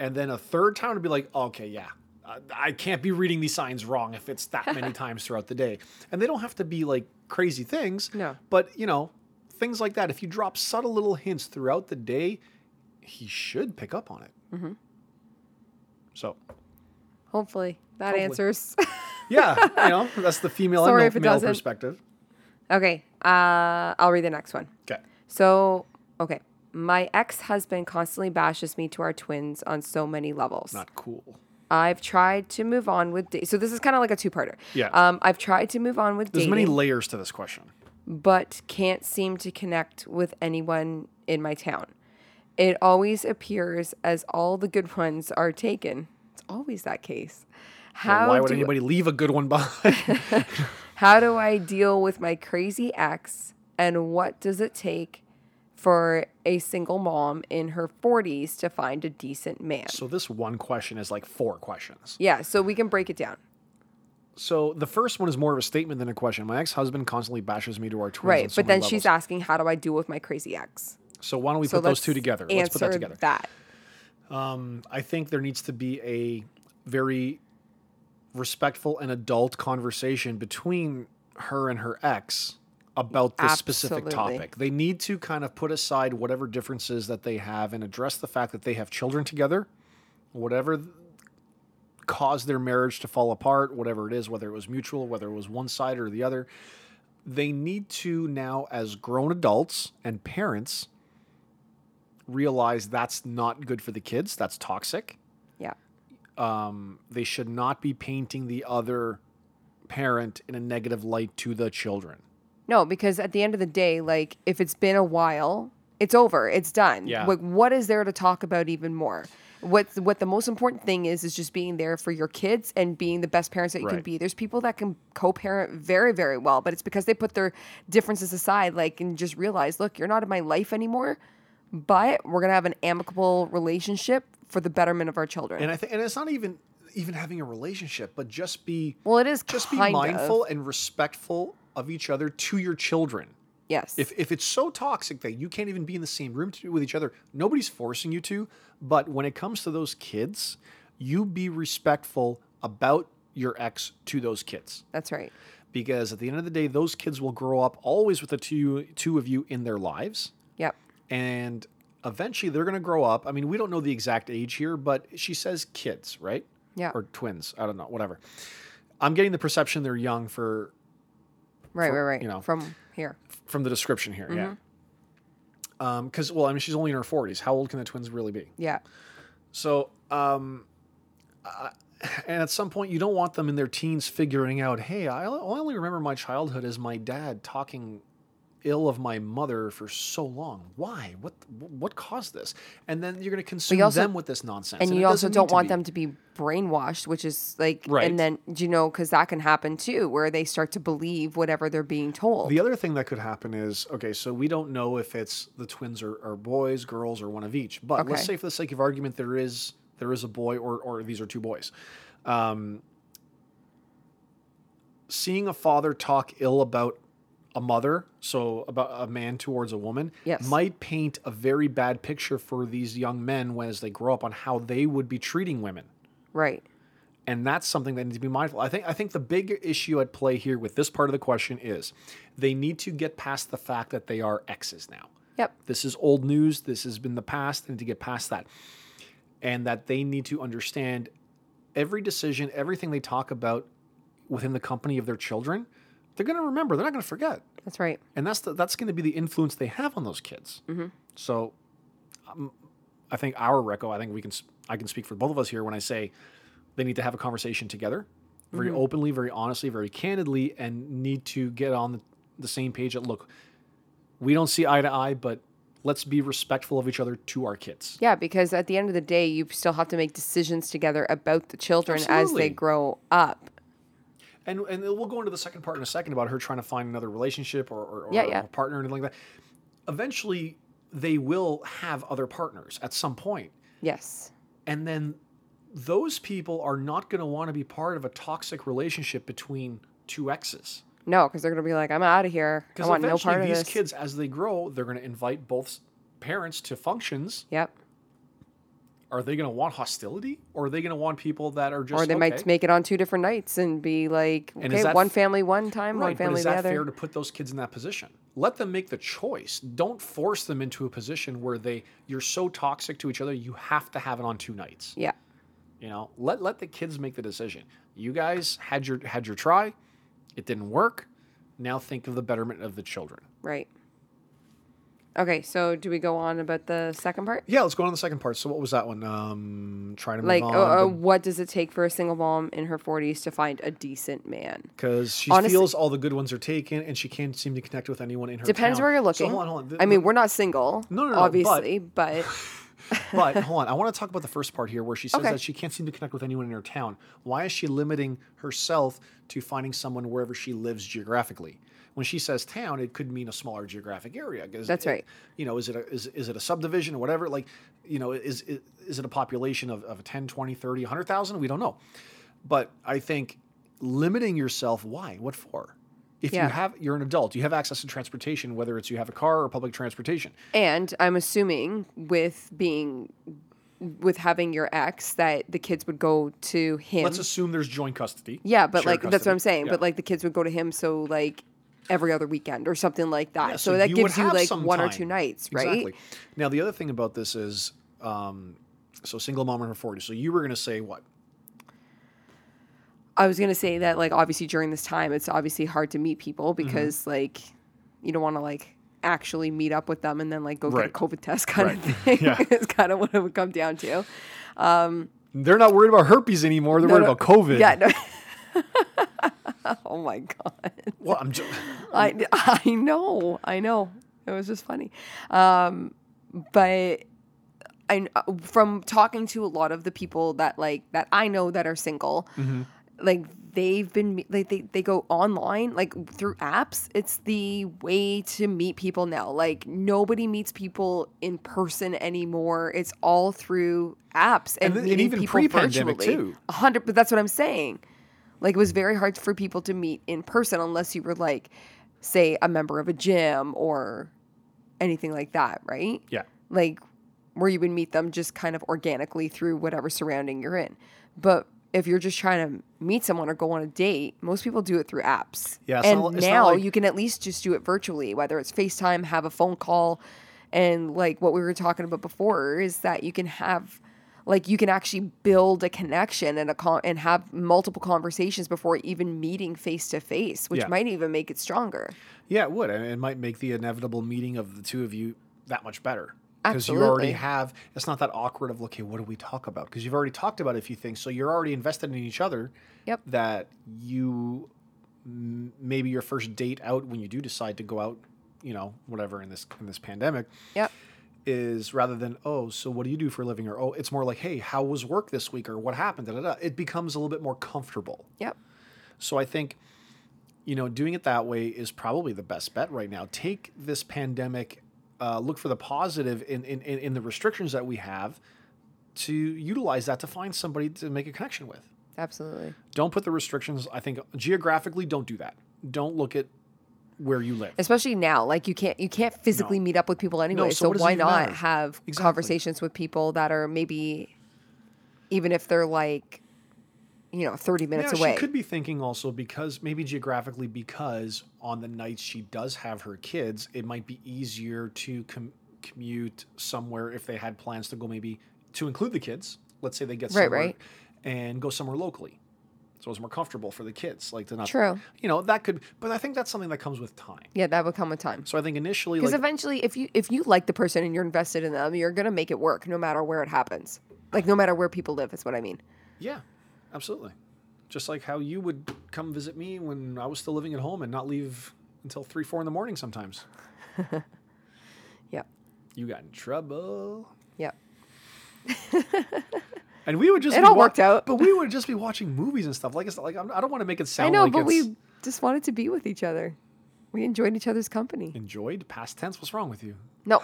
S1: then a third time to be like, okay, yeah, I, I can't be reading these signs wrong if it's that many times throughout the day. And they don't have to be like crazy things.
S2: No.
S1: But, you know, things like that, if you drop subtle little hints throughout the day, he should pick up on it. So,
S2: Hopefully that
S1: Hopefully.
S2: answers.
S1: yeah, you know, that's the female
S2: Sorry
S1: and
S2: if it
S1: the male
S2: doesn't.
S1: perspective.
S2: okay, uh, I'll read the next one.
S1: Okay.
S2: So, okay, my ex husband constantly bashes me to our twins on so many levels.
S1: Not cool.
S2: I've tried to move on with da- so this is kind of like a two parter.
S1: Yeah.
S2: Um, I've tried to move on with
S1: There's
S2: dating,
S1: many layers to this question.
S2: but can't seem to connect with anyone in my town. It always appears as all the good ones are taken. It's always that case. How
S1: Why would
S2: do
S1: anybody leave a good one behind?
S2: How do I deal with my crazy ex and what does it take for a single mom in her 40s to find a decent man?
S1: so this one question is like four questions.
S2: Yeah, so we can break it down.
S1: So the first one is more of a statement than a question. My ex-husband constantly bashes me to our twins. on
S2: Right,
S1: so
S2: but then
S1: many
S2: she's
S1: levels.
S2: asking how do I deal with my crazy ex?
S1: So why don't we
S2: So
S1: put those two together?
S2: Answer
S1: Let's put that together.
S2: that.
S1: I think there needs to be a very respectful and adult conversation between her and her ex about this specific
S2: Absolutely.
S1: topic. They need to kind of put aside whatever differences that they have and address the fact that they have children together, whatever th- caused their marriage to fall apart, whatever it is, whether it was mutual, whether it was one side or the other. They need to now, as grown adults and parents, realize that's not good for the kids. That's toxic
S2: Yeah.
S1: um, they should not be painting the other parent in a negative light to the children.
S2: No, because at the end of the day, like if it's been a while, it's over. It's done.
S1: Yeah.
S2: Like what is there to talk about even more? What's what the most important thing is is just being there for your kids and being the best parents that you can
S1: Right.
S2: be. There's people that can co-parent very, very well, but it's because they put their differences aside, like and just realize, look, you're not in my life anymore, but we're gonna have an amicable relationship for the betterment of our children.
S1: And I think, and it's not even even having a relationship, but just be
S2: well, it is
S1: just be
S2: kind of.
S1: mindful and respectful of each other to your children.
S2: Yes.
S1: If, if it's so toxic that you can't even be in the same room to, with each other, nobody's forcing you to. But when it comes to those kids, you be respectful about your ex to those kids.
S2: That's right.
S1: Because at the end of the day, those kids will grow up always with the two, two of you in their lives.
S2: Yep.
S1: And eventually they're going to grow up. I mean, we don't know the exact age here, but she says kids, right?
S2: Yeah.
S1: Or twins. I don't know, whatever. I'm getting the perception they're young for
S2: Right, right, right.
S1: you know.
S2: From here.
S1: from the description here. Yeah. Because well, I mean, she's only in her forties. How old can the twins really be?
S2: Yeah.
S1: So, um, I, and at some point, you don't want them in their teens figuring out, hey, I o- I only remember my childhood as my dad talking ill of my mother for so long. Why? What? What caused this? And then you're going to consume
S2: also-
S1: them with this nonsense.
S2: and
S1: it
S2: you also
S1: doesn't
S2: don't
S1: need to
S2: want
S1: be.
S2: them to be brainwashed, which is like,
S1: Right.
S2: and then do you know, because that can happen too, where they start to believe whatever they're being told.
S1: The other thing that could happen is okay, so we don't know if it's the twins are, are boys, girls, or one of each. But let's
S2: Okay.
S1: say for the sake of argument, there is there is a boy, or or these are two boys. Um, seeing a father talk ill about a mother, so about a man towards a woman,
S2: Yes.
S1: might paint a very bad picture for these young men when as they grow up on how they would be treating women
S2: right.
S1: and that's something they need to be mindful. I think I think the big issue at play here with this part of the question is they need to get past the fact that they are exes now.
S2: Yep.
S1: This is old news. This has been the past, and to get past that, and that they need to understand every decision, everything they talk about within the company of their children, they're going to remember. They're not going to forget,
S2: That's right.
S1: and that's the, that's going to be the influence they have on those kids.
S2: Mm-hmm.
S1: So, um, I think our reco. I think we can. s- I can speak for both of us here when I say they need to have a conversation together, very
S2: Mm-hmm.
S1: openly, very honestly, very candidly, and need to get on the, the same page. That look, we don't see eye to eye, but let's be respectful of each other to our kids.
S2: Yeah, because at the end of the day, you still have to make decisions together about the children as
S1: Absolutely.
S2: they grow up.
S1: And and we'll go into the second part in a second about her trying to find another relationship or, or, or
S2: Yeah, yeah.
S1: a partner or anything like that. Eventually, they will have other partners at some point.
S2: Yes.
S1: and then those people are not going to want to be part of a toxic relationship between two exes
S2: No, because they're gonna be like, I'm out of here. I
S1: because
S2: want
S1: eventually
S2: no part of
S1: these
S2: this.
S1: kids as they grow they're going to invite both s- parents to functions
S2: yep.
S1: are they going to want hostility or are they going to want people that are just
S2: Or they
S1: okay?
S2: might make it on two different nights and be like,
S1: And is
S2: okay,
S1: that
S2: one
S1: f-
S2: family one time, one
S1: right, but
S2: family
S1: is
S2: the
S1: that
S2: other.
S1: fair to put those kids in that position let them make the choice don't force them into a position where they you're so toxic to each other you have to have it on two nights
S2: yeah.
S1: You know, let let the kids make the decision. You guys had your had your try, it didn't work. Now think of the betterment of the children.
S2: Right. Okay, so do we go on about the second part?
S1: Yeah, let's go on to the second part. So what was that one? Um, trying to move
S2: Like,
S1: on
S2: uh, uh, what does it take for a single mom in her 40s to find a decent man?
S1: because she
S2: honestly-
S1: feels all the good ones are taken, and she can't seem to connect with anyone in her.
S2: Depends
S1: town.
S2: where you're
S1: So
S2: looking.
S1: hold on, hold on. The-
S2: I mean, we're not single,
S1: No, no, no, but-
S2: obviously, but,
S1: but hold on, I want to talk about the first part here where she says
S2: Okay.
S1: that she can't seem to connect with anyone in her town. Why is she limiting herself to finding someone wherever she lives geographically? When she says town, it could mean a smaller geographic area. 'cause
S2: That's
S1: it-
S2: right.
S1: You know, is it a, is, is it a subdivision or whatever? Like, you know, is is, is it a population of, of 10, 20, 30, 100,000? We don't know. But I think limiting yourself, why? What for? If
S2: Yeah.
S1: you have, you're an adult, you have access to transportation, whether it's you have a car or public transportation.
S2: and I'm assuming with being, with having your ex, that the kids would go to him.
S1: Let's assume there's joint custody.
S2: yeah, but
S1: shared
S2: like, that's what I'm
S1: custody.
S2: saying.
S1: Yeah.
S2: But like, the kids would go to him, so like every other weekend or something like that. so,
S1: so
S2: that
S1: you would
S2: gives you
S1: have
S2: like
S1: some
S2: one or
S1: time.
S2: two nights, right?
S1: Exactly. Now the other thing about this is, um, so single mom in her forties. So you were gonna say what?
S2: I was gonna say that like obviously during this time it's obviously hard to meet people
S1: Mm-hmm.
S2: because like you don't want to like actually meet up with them and then like go
S1: Right.
S2: get a COVID test kind
S1: Right.
S2: of thing.
S1: Yeah.
S2: it's kind of what it would come down to.
S1: They're not worried about herpes anymore. They're
S2: No,
S1: worried
S2: no.
S1: about COVID.
S2: Yeah. No. oh my god.
S1: Well, I'm just,
S2: I I know. I know. It was just funny. Um, but. I, from talking to a lot of the people that like that I know that are single,
S1: Mm-hmm.
S2: like they've been like they, they go online like through apps it's the way to meet people now like nobody meets people in person anymore it's all through apps and,
S1: then- and
S2: meeting
S1: even
S2: people
S1: pre-pandemic,
S2: virtually.
S1: too.
S2: A 100 but that's what i'm saying like it was very hard for people to meet in person unless you were like say a member of a gym or anything like that, right?
S1: Yeah.
S2: Like where you would meet them just kind of organically through whatever surrounding you're in. But if you're just trying to meet someone or go on a date, most people do it through apps.
S1: Yeah, it's
S2: and
S1: not li- it's not
S2: now
S1: like-
S2: you can at least just do it virtually, whether it's FaceTime, have a phone call, and like what we were talking about before is that you can have like you can actually build a connection and a con- and have multiple conversations before even meeting face to face, which
S1: Yeah.
S2: might even make it stronger.
S1: Yeah, it would. And it might make the inevitable meeting of the two of you that much better. Because you already
S2: Absolutely.
S1: have, it's not that awkward of, okay, what do we talk about? Because you've already talked about a few things. So you're already invested in each other
S2: Yep.
S1: that you, m- maybe your first date out when you do decide to go out, you know, whatever in this, in this pandemic
S2: Yep.
S1: is rather than, oh, so what do you do for a living? Or, oh, it's more like, hey, how was work this week? Or what happened? Da, da, da. It becomes a little bit more comfortable.
S2: Yep.
S1: So I think, you know, doing it that way is probably the best bet right now. Take this pandemic, uh, look for the positive in, in, in, in the restrictions that we have to utilize that to find somebody to make a connection with.
S2: Absolutely.
S1: Don't put the restrictions, I think, geographically, don't do that. Don't look at where you live.
S2: especially now like you can't you can't physically meet up with people anyway
S1: so
S2: so,
S1: what does it
S2: why
S1: even
S2: not
S1: matter?
S2: have
S1: Exactly.
S2: conversations with people that are maybe even if they're like you know 30 minutes
S1: yeah,
S2: away
S1: She could be thinking also because maybe geographically, because on the nights she does have her kids, it might be easier to com- commute somewhere if they had plans to go maybe to include the kids. Let's say they get
S2: Right,
S1: somewhere
S2: right.
S1: and go somewhere locally. So it's more comfortable for the kids, like to not.
S2: True.
S1: You know that could, but I think that's something that comes with time.
S2: yeah that would come with time
S1: So I think initially,
S2: because
S1: like,
S2: eventually if you if you like the person and you're invested in them you're gonna make it work no matter where it happens like no matter where people live is what i mean
S1: yeah, absolutely. Just like how you would come visit me when I was still living at home and not leave until three, four in the morning sometimes.
S2: yep
S1: You got in trouble.
S2: yep
S1: And we would just
S2: It
S1: be
S2: all worked out.
S1: but we would just be watching movies and stuff. Like it's like I'm, I don't want to make it sound
S2: i know
S1: like
S2: but
S1: it's
S2: we just wanted to be with each other we enjoyed each other's company
S1: enjoyed past tense. What's wrong with you?
S2: no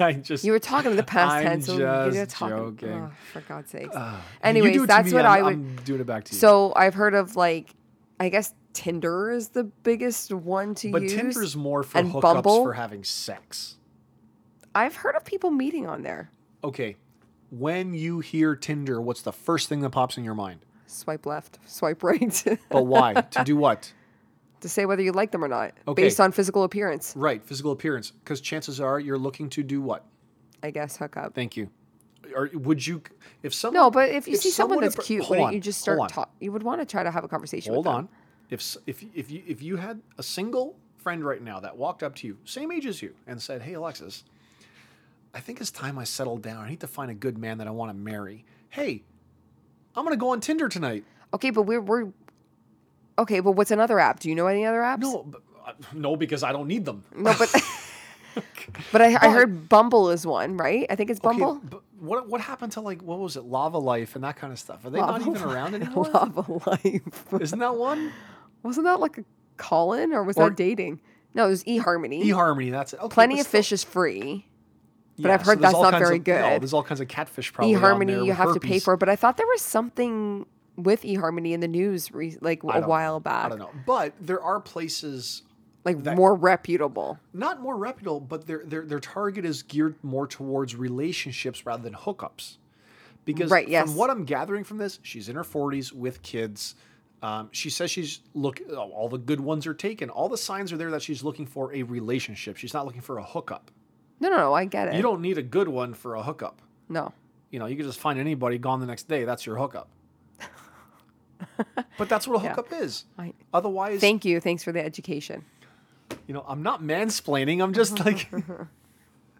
S1: I just
S2: You were talking to the past
S1: I'm
S2: tense. so you're
S1: just
S2: talking-
S1: joking.
S2: Oh, for God's sakes.
S1: You do it
S2: Anyways,
S1: to
S2: that's
S1: me,
S2: what
S1: I'm,
S2: i would.
S1: I'm doing it back to you.
S2: so I've heard of like, I guess Tinder is the biggest one to
S1: but
S2: use.
S1: Tinder's more for
S2: and
S1: hookups
S2: Bumble?
S1: for having sex.
S2: I've heard of people meeting on there.
S1: Okay, when you hear Tinder, what's the first thing that pops in your mind?
S2: Swipe left, swipe right to
S1: But why? to do what?
S2: say whether you like them or not,
S1: Okay.
S2: based on physical appearance.
S1: Right, physical appearance. Because chances are you're looking to do what?
S2: I guess hook up.
S1: Thank you. Or would you? If someone
S2: No, but if you
S1: if
S2: see someone,
S1: someone
S2: that's
S1: appro-
S2: cute,
S1: hold
S2: wouldn't
S1: on,
S2: you just
S1: hold
S2: start
S1: on.
S2: talk? You would want to try to have a conversation.
S1: Hold
S2: with
S1: on.
S2: them.
S1: If s- if if you if you had a single friend right now that walked up to you, same age as you, and said, "Hey Alexis, I think it's time I settled down. I need to find a good man that I want to marry. Hey, I'm gonna go on Tinder tonight."
S2: Okay, but we're we're. Okay, but what's another app? Do you know any other apps?
S1: No, but, uh, no, because I don't need them.
S2: No, but but I, I heard Bumble is one, right? I think it's
S1: Okay,
S2: Bumble.
S1: but what what happened to like what was it, Lava Life and that kind of stuff? Are they not
S2: Lava
S1: even around anymore?
S2: Lava Life
S1: Isn't that one?
S2: wasn't that like a Colin or was
S1: Or-
S2: that dating? No, it was eHarmony.
S1: eHarmony, that's it. Okay,
S2: Plenty
S1: but
S2: of
S1: still-
S2: fish is free.
S1: yeah,
S2: I've heard
S1: there's
S2: that's
S1: all
S2: not
S1: kinds
S2: very
S1: of- no,
S2: good.
S1: there's all kinds of catfish probably. on there
S2: eHarmony you
S1: with
S2: have to pay
S1: herpes.
S2: for, but I thought there was something with eHarmony in the news re- like
S1: I
S2: a
S1: don't-
S2: while
S1: I
S2: back,
S1: don't know, but there are places
S2: like more reputable.
S1: not more reputable, but their their their target is geared more towards relationships rather than hookups. Because
S2: Right,
S1: from
S2: yes.
S1: what I'm gathering from this, she's in her 40s with kids. Um, she says she's look oh, all the good ones are taken. All the signs are there that she's looking for a relationship. She's not looking for a hookup.
S2: No, no, no, I get it.
S1: You don't need a good one for a hookup.
S2: no,
S1: You know, you can just find anybody gone the next day. That's your hookup. but that's what a hookup is.
S2: I-
S1: Otherwise,
S2: thank you, thanks for the education.
S1: you know, I'm not mansplaining. I'm just like,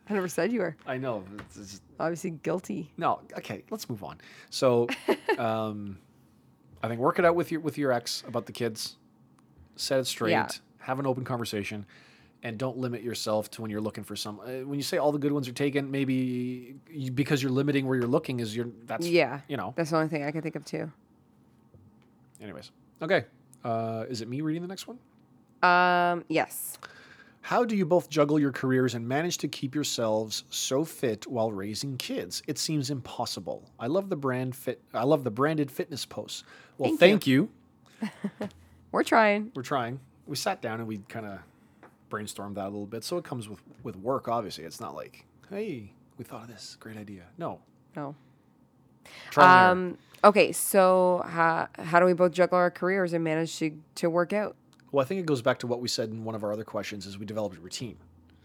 S2: I never said you were
S1: I know. It's, it's,
S2: obviously guilty.
S1: No, okay, let's move on. So, um, I think work it out with your with your ex about the kids. Set it straight.
S2: Yeah.
S1: Have an open conversation, and don't limit yourself to when you're looking for some. Uh, when you say all the good ones are taken, maybe you, because you're limiting where you're looking is your that's
S2: Yeah,
S1: you know.
S2: that's the only thing I can think of too.
S1: Anyways, okay. Uh, is it me reading the next one?
S2: Um, yes.
S1: How do you both juggle your careers and manage to keep yourselves so fit while raising kids? It seems impossible. I love the brand fit. I love the branded fitness posts. Well,
S2: Thank you.
S1: thank you.
S2: We're trying.
S1: We're trying. We sat down and we kind of brainstormed that a little bit. So it comes with with work, obviously. It's not like, hey, we thought of this great idea. No.
S2: No.
S1: Trial and error.
S2: Um, okay, so how, how do we both juggle our careers and manage to, to work out?
S1: Well, I think it goes back to what we said in one of our other questions: is we developed a routine,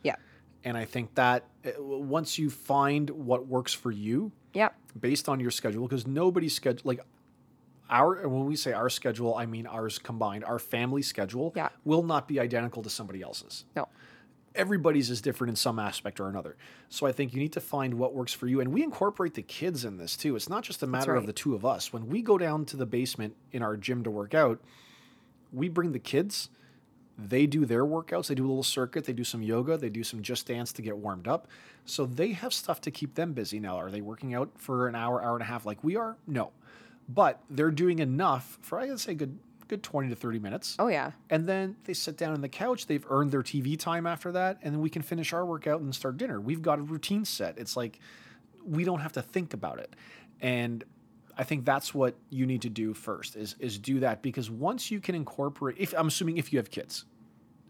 S2: Yeah.
S1: and I think that uh, w- once you find what works for you,
S2: Yeah.
S1: based on your schedule because nobody's schedule like our and when we say our schedule i mean ours combined our family schedule
S2: Yeah.
S1: will not be identical to somebody else's
S2: No.
S1: everybody's is different in some aspect or another so i think you need to find what works for you and we incorporate the kids in this too it's not just a matter of
S2: right.
S1: the two of us when we go down to the basement in our gym to work out we bring the kids they do their workouts they do a little circuit they do some yoga they do some just dance to get warmed up so they have stuff to keep them busy now are they working out for an hour hour and a half like we are no but they're doing enough for i would say good good 20 to 30 minutes
S2: Oh, yeah.
S1: and then they sit down on the couch they've earned their tv time after that and then we can finish our workout and start dinner we've got a routine set it's like we don't have to think about it and i think that's what you need to do first is is do that because once you can incorporate if i'm assuming if you have kids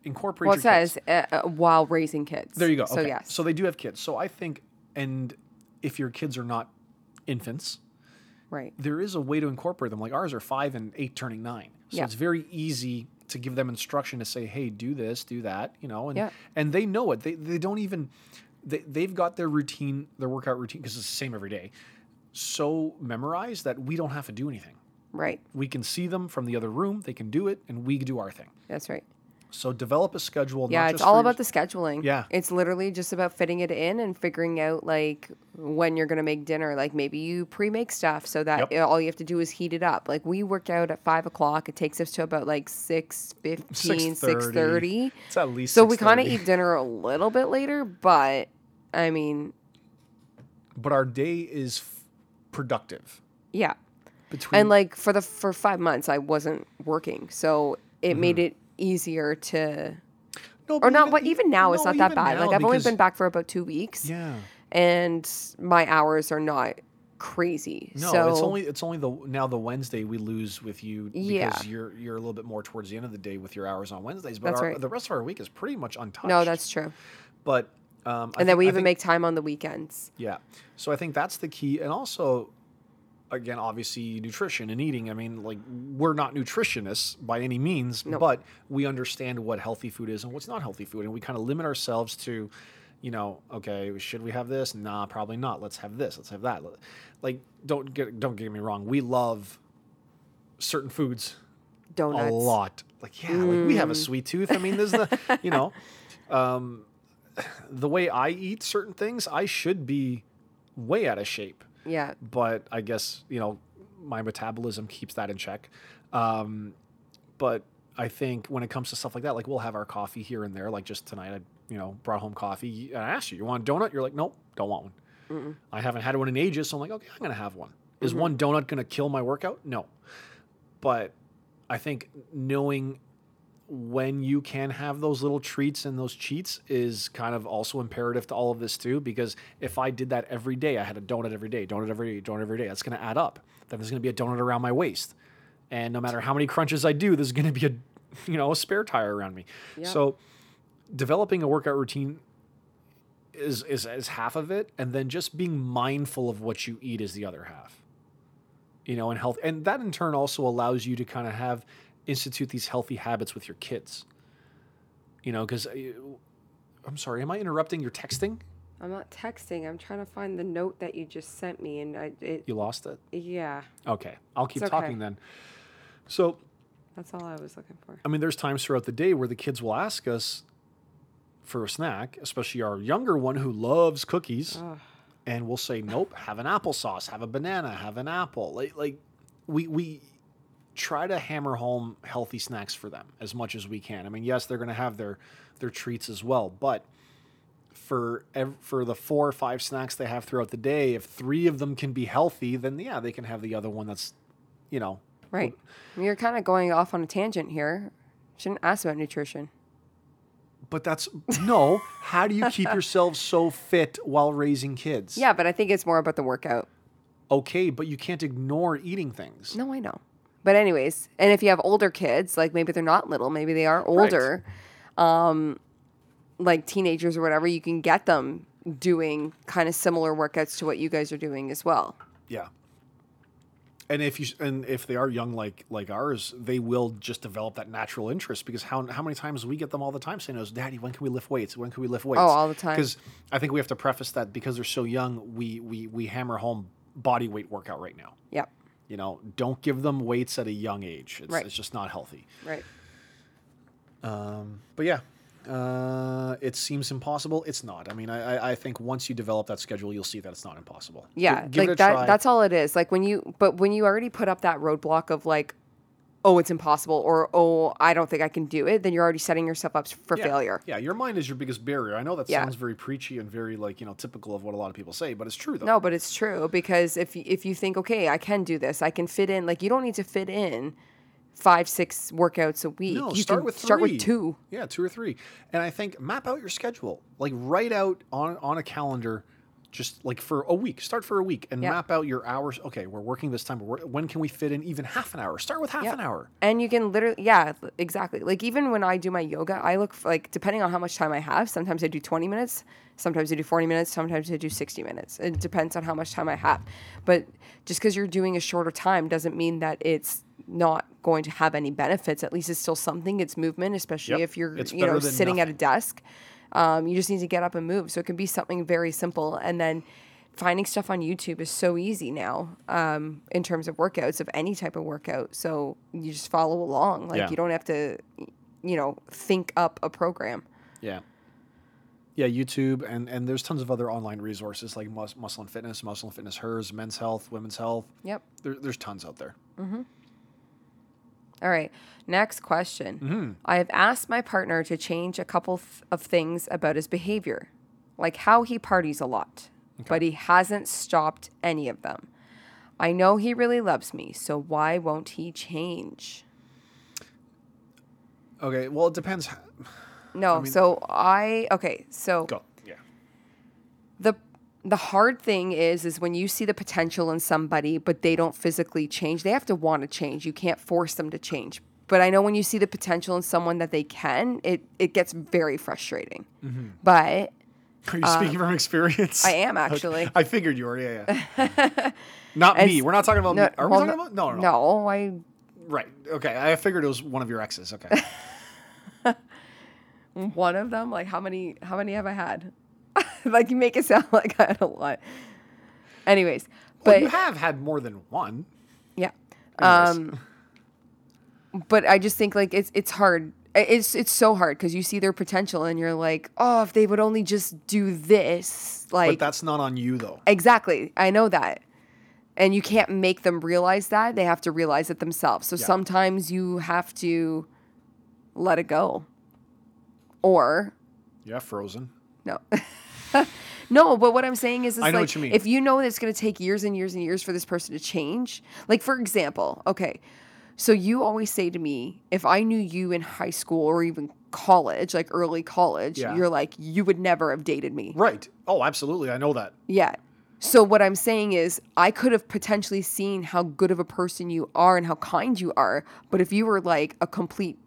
S1: incorporate
S2: Well,
S1: your
S2: it
S1: kids.
S2: says uh, uh, while raising kids.
S1: there you go
S2: So,
S1: okay.
S2: yes.
S1: so they do have kids so i think and if your kids are not infants
S2: right.
S1: there is a way to incorporate them. Like ours are five and eight turning nine. So
S2: Yeah.
S1: it's very easy to give them instruction to say, hey, do this, do that, you know, and
S2: Yeah.
S1: and they know it. They they don't even they, they've got their routine, their workout routine, because it's the same every day, so memorized that we don't have to do anything.
S2: Right.
S1: We can see them from the other room, they can do it, and we do our thing.
S2: That's right.
S1: So develop a schedule.
S2: Yeah,
S1: not
S2: it's
S1: just
S2: all
S1: for
S2: about
S1: your-
S2: the scheduling.
S1: Yeah.
S2: It's literally just about fitting it in and figuring out like when you're going to make dinner. Like maybe you pre make stuff so that
S1: Yep.
S2: all you have to do is heat it up. Like we work out at five o'clock. It takes us to about like 6 15, 6 30.
S1: It's at least
S2: So we kind of
S1: 6:30.
S2: eat dinner a little bit later, but I mean,
S1: but our day is f- productive
S2: yeah.
S1: Mm-hmm. between
S2: And like for the for 5 months I wasn't working. So it
S1: Mm-hmm.
S2: made it easier to
S1: no,
S2: or
S1: but
S2: not but even now it's
S1: no,
S2: not that
S1: even
S2: bad.
S1: now,
S2: like I've only
S1: because-
S2: been back for about 2 weeks.
S1: yeah.
S2: and my hours are not crazy.
S1: No,
S2: so
S1: it's only it's only the now the Wednesday we lose with you because
S2: Yeah.
S1: you're you're a little bit more towards the end of the day with your hours on Wednesdays, but
S2: That's
S1: our,
S2: right.
S1: the rest of our week is pretty much untouched.
S2: no, that's true.
S1: but um,
S2: And then we even make time on the weekends.
S1: yeah. So I think that's the key, and also again, obviously nutrition and eating. I mean, like we're not nutritionists by any means, but we understand what healthy food is and what's not healthy food, and we kind of limit ourselves to. You know, okay, should we have this? Nah, probably not. Let's have this. Let's have that. Let- Like, don't get don't get me wrong. We love certain foods
S2: Donuts.
S1: a lot. Like, yeah, like we have a sweet tooth. I mean, there's the, you know, um, the way I eat certain things, I should be way out of shape.
S2: Yeah.
S1: But I guess, you know, my metabolism keeps that in check. Um, but I think when it comes to stuff like that, like we'll have our coffee here and there. Like just tonight, I, you know, brought home coffee. And I asked you, you want a donut? You're like, nope, don't want one. I haven't had one in ages. So I'm like, okay, I'm going to have one. Is one donut going to kill my workout? No but I think knowing when you can have those little treats and those cheats is kind of also imperative to all of this too because if I did that every day, I had a donut every day, donut every day, donut every day, that's going to add up. Then there's going to be a donut around my waist. And no matter how many crunches I do, there's going to be a you know, a spare tire around me.
S2: Yeah.
S1: So developing a workout routine is, is is half of it and then just being mindful of what you eat is the other half you know, and health. And that in turn also allows you to kind of have institute these healthy habits with your kids. You know, because I'm sorry, am I interrupting your texting?
S2: I'm not texting. I'm trying to find the note that you just sent me, and I, it.
S1: You lost it.
S2: Yeah,
S1: Okay, I'll keep
S2: It's okay.
S1: talking then. So,
S2: that's all I was looking for.
S1: I mean, there's times throughout the day where the kids will ask us for a snack, especially our younger one who loves cookies.
S2: Ugh.
S1: and we'll say nope have an applesauce have a banana have an apple like, like we we try to hammer home healthy snacks for them as much as we can i mean yes they're going to have their their treats as well but for ev- for the four or five snacks they have throughout the day if three of them can be healthy then yeah they can have the other one that's you know
S2: Right. You're kind of going off on a tangent here. Shouldn't ask about nutrition.
S1: but that's no how do you keep yourself so fit while raising kids
S2: Yeah, but I think it's more about the workout.
S1: okay but you can't ignore eating things
S2: No, I know. But anyways, and if you have older kids, like maybe they're not little, maybe they are older. Um, like teenagers or whatever, you can get them doing kind of similar workouts to what you guys are doing as well.
S1: Yeah. And if you and if they are young like like ours, they will just develop that natural interest because how how many times we get them all the time saying, "Those Daddy, when can we lift weights? When can we lift weights?"
S2: Oh, all the time.
S1: Because I think we have to preface that because they're so young, we we we hammer home body weight workout right now.
S2: Yep.
S1: You know, don't give them weights at a young age. It's,
S2: Right.
S1: it's just not healthy.
S2: Right.
S1: But yeah, uh, it seems impossible. It's not. I mean, I, I- I think once you develop that schedule, you'll see that it's not impossible. Gi-
S2: Yeah.
S1: give it a
S2: like that
S1: try.
S2: that's all it is. Like when you but when you already put up that roadblock of like oh it's impossible or oh I don't think I can do it, then you're already setting yourself up for
S1: yeah.
S2: failure.
S1: Yeah, your mind is your biggest barrier. I know that
S2: Yeah.
S1: sounds very preachy and very like you know typical of what a lot of people say, but it's true though.
S2: No, but it's true because if y- if you think okay, I can do this, I can fit in. Like you don't need to fit in five, six workouts a week.
S1: No,
S2: you
S1: start
S2: can
S1: with three.
S2: start with two.
S1: Yeah, two or three. And I think map out your schedule. Like write out on on a calendar, just like for a week. Start for a week and
S2: Yeah.
S1: map out your hours. Okay, we're working this time. but we're- When can we fit in even half an hour? Start with half
S2: Yeah.
S1: an hour.
S2: And you can literally, yeah, l- exactly. Like even when I do my yoga, I look f- like depending on how much time I have. Sometimes I do twenty minutes, sometimes I do forty minutes, sometimes I do sixty minutes. It depends on how much time I have. But just because you're doing a shorter time doesn't mean that it's not going to have any benefits. At least it's still something. It's movement, especially
S1: Yep.
S2: if you're
S1: It's
S2: you know
S1: better than
S2: sitting at
S1: nothing.
S2: a desk. Um, you just need to get up and move. So it can be something very simple. And then finding stuff on YouTube is so easy now um, in terms of workouts of any type of workout. So you just follow along. Like
S1: Yeah.
S2: you don't have to, you know, think up a program.
S1: Yeah. Yeah, YouTube and and there's tons of other online resources like Mus- Muscle and Fitness, Muscle and Fitness Hers, Men's Health, Women's Health.
S2: Yep.
S1: There, there's tons out there.
S2: All right. Next question. I have asked my partner to change a couple th- of things about his behavior, like how he parties a lot, but he hasn't stopped any of them. I know he really loves me, so why won't he change?
S1: Okay, well it depends. h-
S2: No, so I okay, so
S1: Go. Oh, Yeah.
S2: the the hard thing is is when you see the potential in somebody but they don't physically change they have to want to change you can't force them to change but i know when you see the potential in someone that they can it it gets very frustrating
S1: Mm-hmm.
S2: but
S1: Are you speaking from experience?
S2: Uh, I am,
S1: Okay.
S2: actually.
S1: I figured you were. Yeah, yeah. Not me.
S2: As-
S1: We're not talking about
S2: no,
S1: me. Oh, Are
S2: well,
S1: we talking about? No, no, no.
S2: no i
S1: Right. Okay. I figured it was one of your exes. Okay.
S2: one of them like how many how many have i had like you make it sound like i had a lot anyways
S1: well,
S2: but
S1: you have had more than one.
S2: yeah
S1: Anyways.
S2: Um, but I just think like it's it's hard. I- It's it's so hard because you see their potential and you're like, oh, if they would only just do this,
S1: but
S2: like
S1: that's not on you though.
S2: exactly. I know that, and you can't make them realize that. They have to realize it themselves. So sometimes you have to let it go, or
S1: Yeah, Frozen.
S2: no. No, but what I'm saying is, is
S1: I know
S2: like,
S1: what you mean.
S2: if you know that it's going to take years and years and years for this person to change, like for example, okay, so you always say to me, if I knew you in high school or even college, like early college,
S1: Yeah.
S2: you're like, you would never have dated me.
S1: Right. Oh, absolutely. I know that.
S2: Yeah. So what I'm saying is, I could have potentially seen how good of a person you are and how kind you are, but if you were like a complete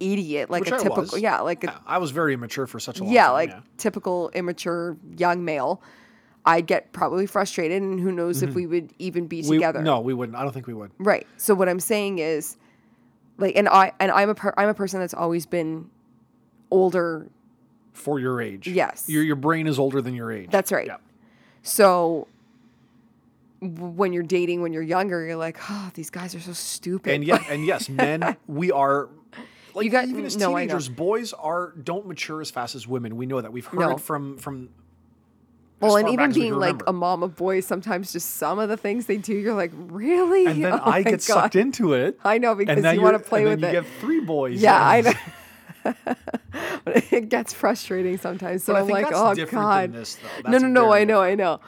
S2: idiot, like
S1: Which
S2: a
S1: I
S2: typical,
S1: was.
S2: yeah, like a
S1: Yeah, I was very immature for such a long
S2: yeah,
S1: time.
S2: like typical immature young male, I'd get probably frustrated, and who knows if we would even be
S1: Mm-hmm. we,
S2: together.
S1: No, we wouldn't. I don't think we would.
S2: Right. So what I'm saying is, like, and I and I'm a per- I'm a person that's always been older.
S1: For your age.
S2: Yes.
S1: Your your brain is older than your age.
S2: That's right.
S1: Yeah.
S2: So w- when you're dating when you're younger, you're like, oh, these guys are so stupid.
S1: And yes, and yes, men, we are like
S2: You got-
S1: even as
S2: no, I know.
S1: teenagers, boys are don't mature as fast as women. We know that. We've heard
S2: No.
S1: it from from
S2: well,
S1: as
S2: and
S1: far
S2: even
S1: back as we
S2: being
S1: can
S2: like
S1: remember.
S2: a mom of boys, sometimes just some of the things they do, you're like, really?
S1: and then
S2: Oh
S1: I
S2: my
S1: get sucked
S2: God.
S1: into it.
S2: I know, because
S1: and then
S2: you wanna
S1: you're-
S2: play
S1: and
S2: with
S1: then you
S2: it.
S1: get three boys.
S2: Yeah, I
S1: and-
S2: know. it gets frustrating sometimes. So
S1: But I
S2: I'm
S1: think
S2: like,
S1: that's
S2: oh
S1: different
S2: god.
S1: than this, though.
S2: no,
S1: That's
S2: no, no. I
S1: very
S2: know, I know.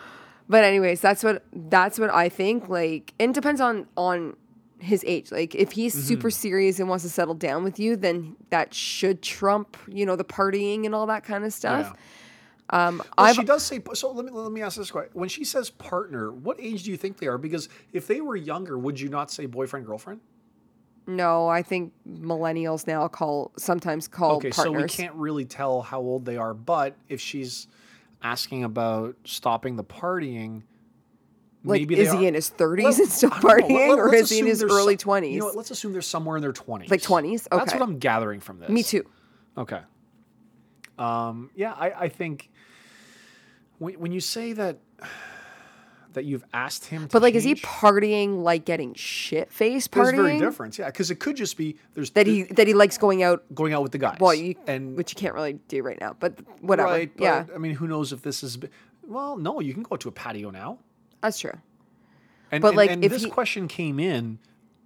S2: But anyways, that's what that's what I think. Like, and it depends on on his age. Like, if he's
S1: Mm-hmm.
S2: super serious and wants to settle down with you, then that should trump, you know, the partying and all that kind of stuff. Um,
S1: Well,
S2: I've
S1: she does say. So let me let me ask this question: When she says partner, what age do you think they are? Because if they were younger, would you not say boyfriend girlfriend?
S2: No, I think millennials now call sometimes call
S1: Okay, so we
S2: Oh, partners.
S1: can't really tell how old they are, but if she's asking about stopping the partying,
S2: like,
S1: maybe
S2: is
S1: they
S2: he
S1: are-
S2: in his 30s
S1: Let-
S2: and still
S1: I don't know, let-
S2: partying,
S1: let-
S2: or
S1: let's
S2: is he in
S1: assume
S2: his
S1: there's
S2: early
S1: some-
S2: 20s?
S1: You know what? Let's assume they're somewhere in their 20s.
S2: Like 20s?
S1: That's
S2: Okay.
S1: what I'm gathering from this.
S2: Me too.
S1: Okay. Um, yeah, I, I think when, when you say that that you've asked him to
S2: But like, is he
S1: change,
S2: partying like getting shit faced
S1: there's
S2: partying?
S1: very different. Yeah, because it could just be there's
S2: That he that he likes going out.
S1: going out with the guys.
S2: Well, you
S1: and
S2: which you can't really do right now, but whatever.
S1: right, but,
S2: yeah,
S1: I mean, who knows if this is well, no, you can go to a patio now.
S2: that's true.
S1: And,
S2: But,
S1: and-
S2: like,
S1: and
S2: if
S1: this
S2: he-
S1: question came in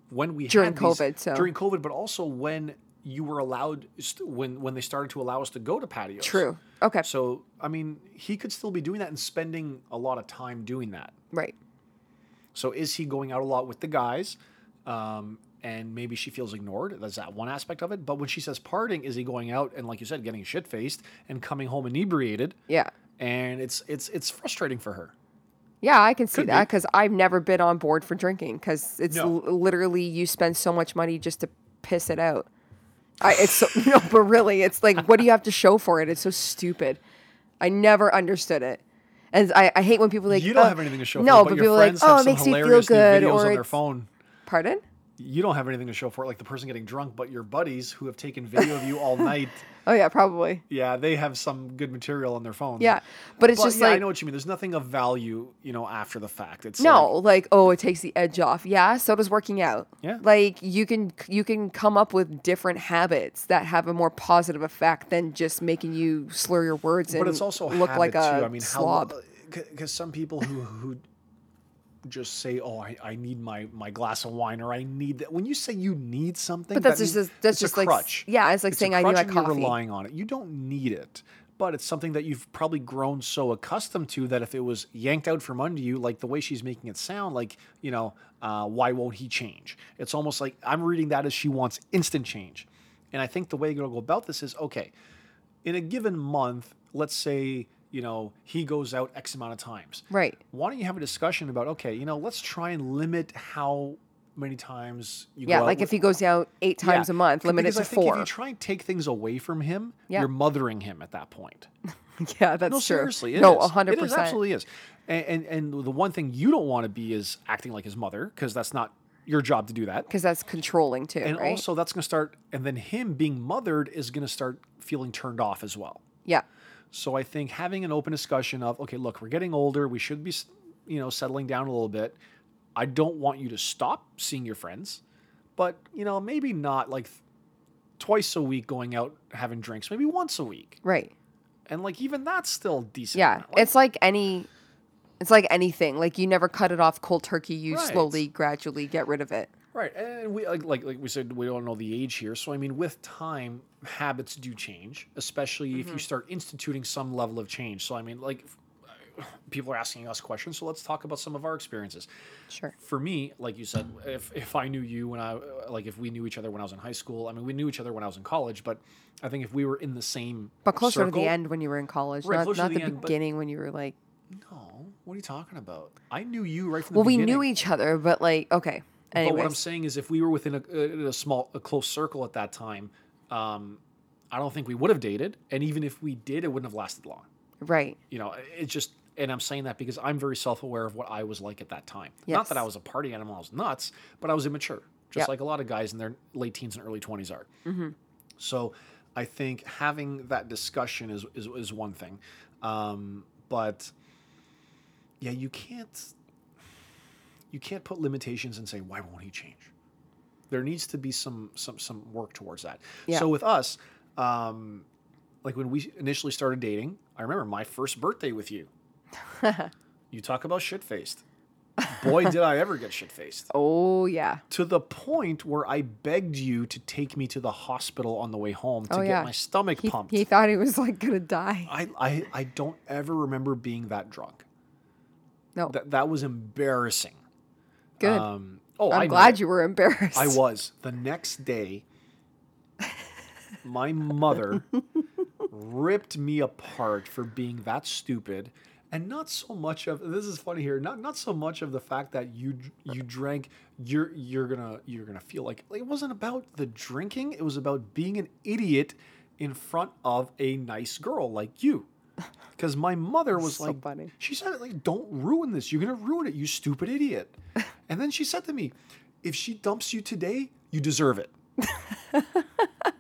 S1: when we
S2: During
S1: had these-
S2: COVID, so-
S1: during COVID, but also when you were allowed st- when when they started to allow us to go to patios.
S2: True. Okay.
S1: So I mean, he could still be doing that and spending a lot of time doing that.
S2: right.
S1: So is he going out a lot with the guys? Um, and maybe she feels ignored. That's that one aspect of it. But when she says parting, is he going out and like you said, getting shit faced and coming home inebriated?
S2: Yeah.
S1: And it's it's it's frustrating for her.
S2: Yeah, I can see
S1: Could
S2: that because I've never been on board for drinking because it's
S1: No.
S2: l- literally you spend so much money just to piss it out. I, it's so, no, but really, it's like, what do you have to show for it? It's so stupid. I never understood it, and I, I hate when people are like
S1: you don't
S2: "Oh,
S1: have anything to show for
S2: No,
S1: it, but, your
S2: people are like,
S1: friends
S2: oh,
S1: have
S2: it
S1: some
S2: makes me feel
S1: hilarious
S2: good,
S1: new videos
S2: or
S1: on their
S2: it's,
S1: phone.
S2: pardon.
S1: You don't have anything to show for it, like the person getting drunk, but your buddies who have taken video of you all night,
S2: Oh yeah, probably.
S1: yeah, they have some good material on their phone.
S2: Yeah, but it's
S1: But
S2: just
S1: yeah,
S2: like
S1: I know what you mean. There's nothing of value, you know, after the fact. It's
S2: no,
S1: like,
S2: like oh, it takes the edge off. Yeah, so does working out.
S1: Yeah.
S2: like you can you can come up with different habits that have a more positive effect than just making you slur your words and
S1: but it's also
S2: look
S1: habit
S2: like
S1: too.
S2: a
S1: I mean,
S2: slob.
S1: how because some people who who just say, "Oh, I, I need my my glass of wine," or "I need that." When you say you need something,
S2: but that's
S1: that
S2: just
S1: means
S2: that's
S1: it's
S2: just
S1: a
S2: like
S1: crutch.
S2: yeah, it's like
S1: It's a
S2: saying I
S1: crutch
S2: need my
S1: and you're
S2: coffee.
S1: relying on it. You don't need it, but it's something that you've probably grown so accustomed to that if it was yanked out from under you, like the way she's making it sound, like you know, uh, why won't he change? It's almost like I'm reading that as she wants instant change, and I think the way you're gonna go about this is okay. In a given month, let's say you know he goes out X amount of times,
S2: Right.
S1: Why don't you have a discussion about okay, you know, let's try and limit how many times you
S2: Yeah,
S1: go out
S2: like
S1: with
S2: if he goes out eight
S1: yeah,
S2: times a month,
S1: c-
S2: limit it
S1: because
S2: to
S1: I think If
S2: four.
S1: you try and take things away from him,
S2: Yeah.
S1: you're mothering him at that point.
S2: yeah, that's
S1: No,
S2: true.
S1: seriously, it
S2: no,
S1: is.
S2: hundred
S1: It is,
S2: percent.
S1: absolutely is. And, and and the one thing you don't want to be is acting like his mother because that's not your job to do that.
S2: Because that's controlling too,
S1: And
S2: right?
S1: also that's going to start, and then him being mothered is going to start feeling turned off as well.
S2: yeah.
S1: So I think having an open discussion of, okay, look, we're getting older. We should be, s- you know, settling down a little bit. I don't want you to stop seeing your friends, but you know, maybe not like th- twice a week going out having drinks. Maybe once a week,
S2: Right.
S1: and like even that's still decent.
S2: Yeah,
S1: amount. Like,
S2: it's like any, it's like anything. Like you never cut it off cold turkey. You
S1: Right.
S2: slowly, gradually get rid of it.
S1: right. And we like, like like we said, we don't know the age here. So I mean, with time, habits do change, especially if
S2: Mm-hmm.
S1: you start instituting some level of change. So I mean, like. f- People are asking us questions, so let's talk about some of our experiences.
S2: Sure.
S1: for me, like you said, if if I knew you when I like if we knew each other when I was in high school, I mean we knew each other when I was in college, but I think if we were in the same
S2: But closer to
S1: circle-
S2: the end when you were in college,
S1: Right,
S2: not,
S1: closer to
S2: not the,
S1: the end, but-
S2: beginning when you were like.
S1: No, what are you talking about? I knew you right from the
S2: Well, we
S1: beginning.
S2: knew each other, but like okay.
S1: But what I'm
S2: Anyways,
S1: saying is, if we were within a, a, a small, a close circle at that time, um, I don't think we would have dated, and even if we did, it wouldn't have lasted long.
S2: right?
S1: you know, it just, and I'm saying that because I'm very self aware of what I was like at that time. Not
S2: Yes.
S1: that I was a party animal, I was nuts, but I was immature, just
S2: Yep. Mm-hmm.
S1: like a lot of guys in their late teens and early 20s are. So I think having that discussion is, is, is one thing. Um, but yeah, you can't, you can't put limitations and say, why won't he change? There needs to be some, some, some work towards that.
S2: Yeah.
S1: So with us, um, like when we initially started dating, I remember my first birthday with you. you talk about shit faced. Boy, did I ever get shit faced.
S2: Oh yeah,
S1: To the point where I begged you to take me to the hospital on the way home to
S2: Oh,
S1: get
S2: yeah.
S1: my stomach
S2: he,
S1: pumped. Uh,
S2: he thought he was like gonna die.
S1: I, I, I don't ever remember being that drunk.
S2: No,
S1: That, that was embarrassing.
S2: good.
S1: Um, oh,
S2: I'm
S1: I know it.
S2: glad you were embarrassed.
S1: I was. The next day, my mother ripped me apart for being that stupid and not so much of this is funny here. Not not so much of the fact that you dr- you drank. You're you're gonna you're gonna feel like it wasn't about the drinking. It was about being an idiot in front of a nice girl like you. Because my mother was
S2: So
S1: like,
S2: funny.
S1: she said it like, don't ruin this. You're gonna ruin it, you stupid idiot. and then she said to me, if she dumps you today, you deserve it.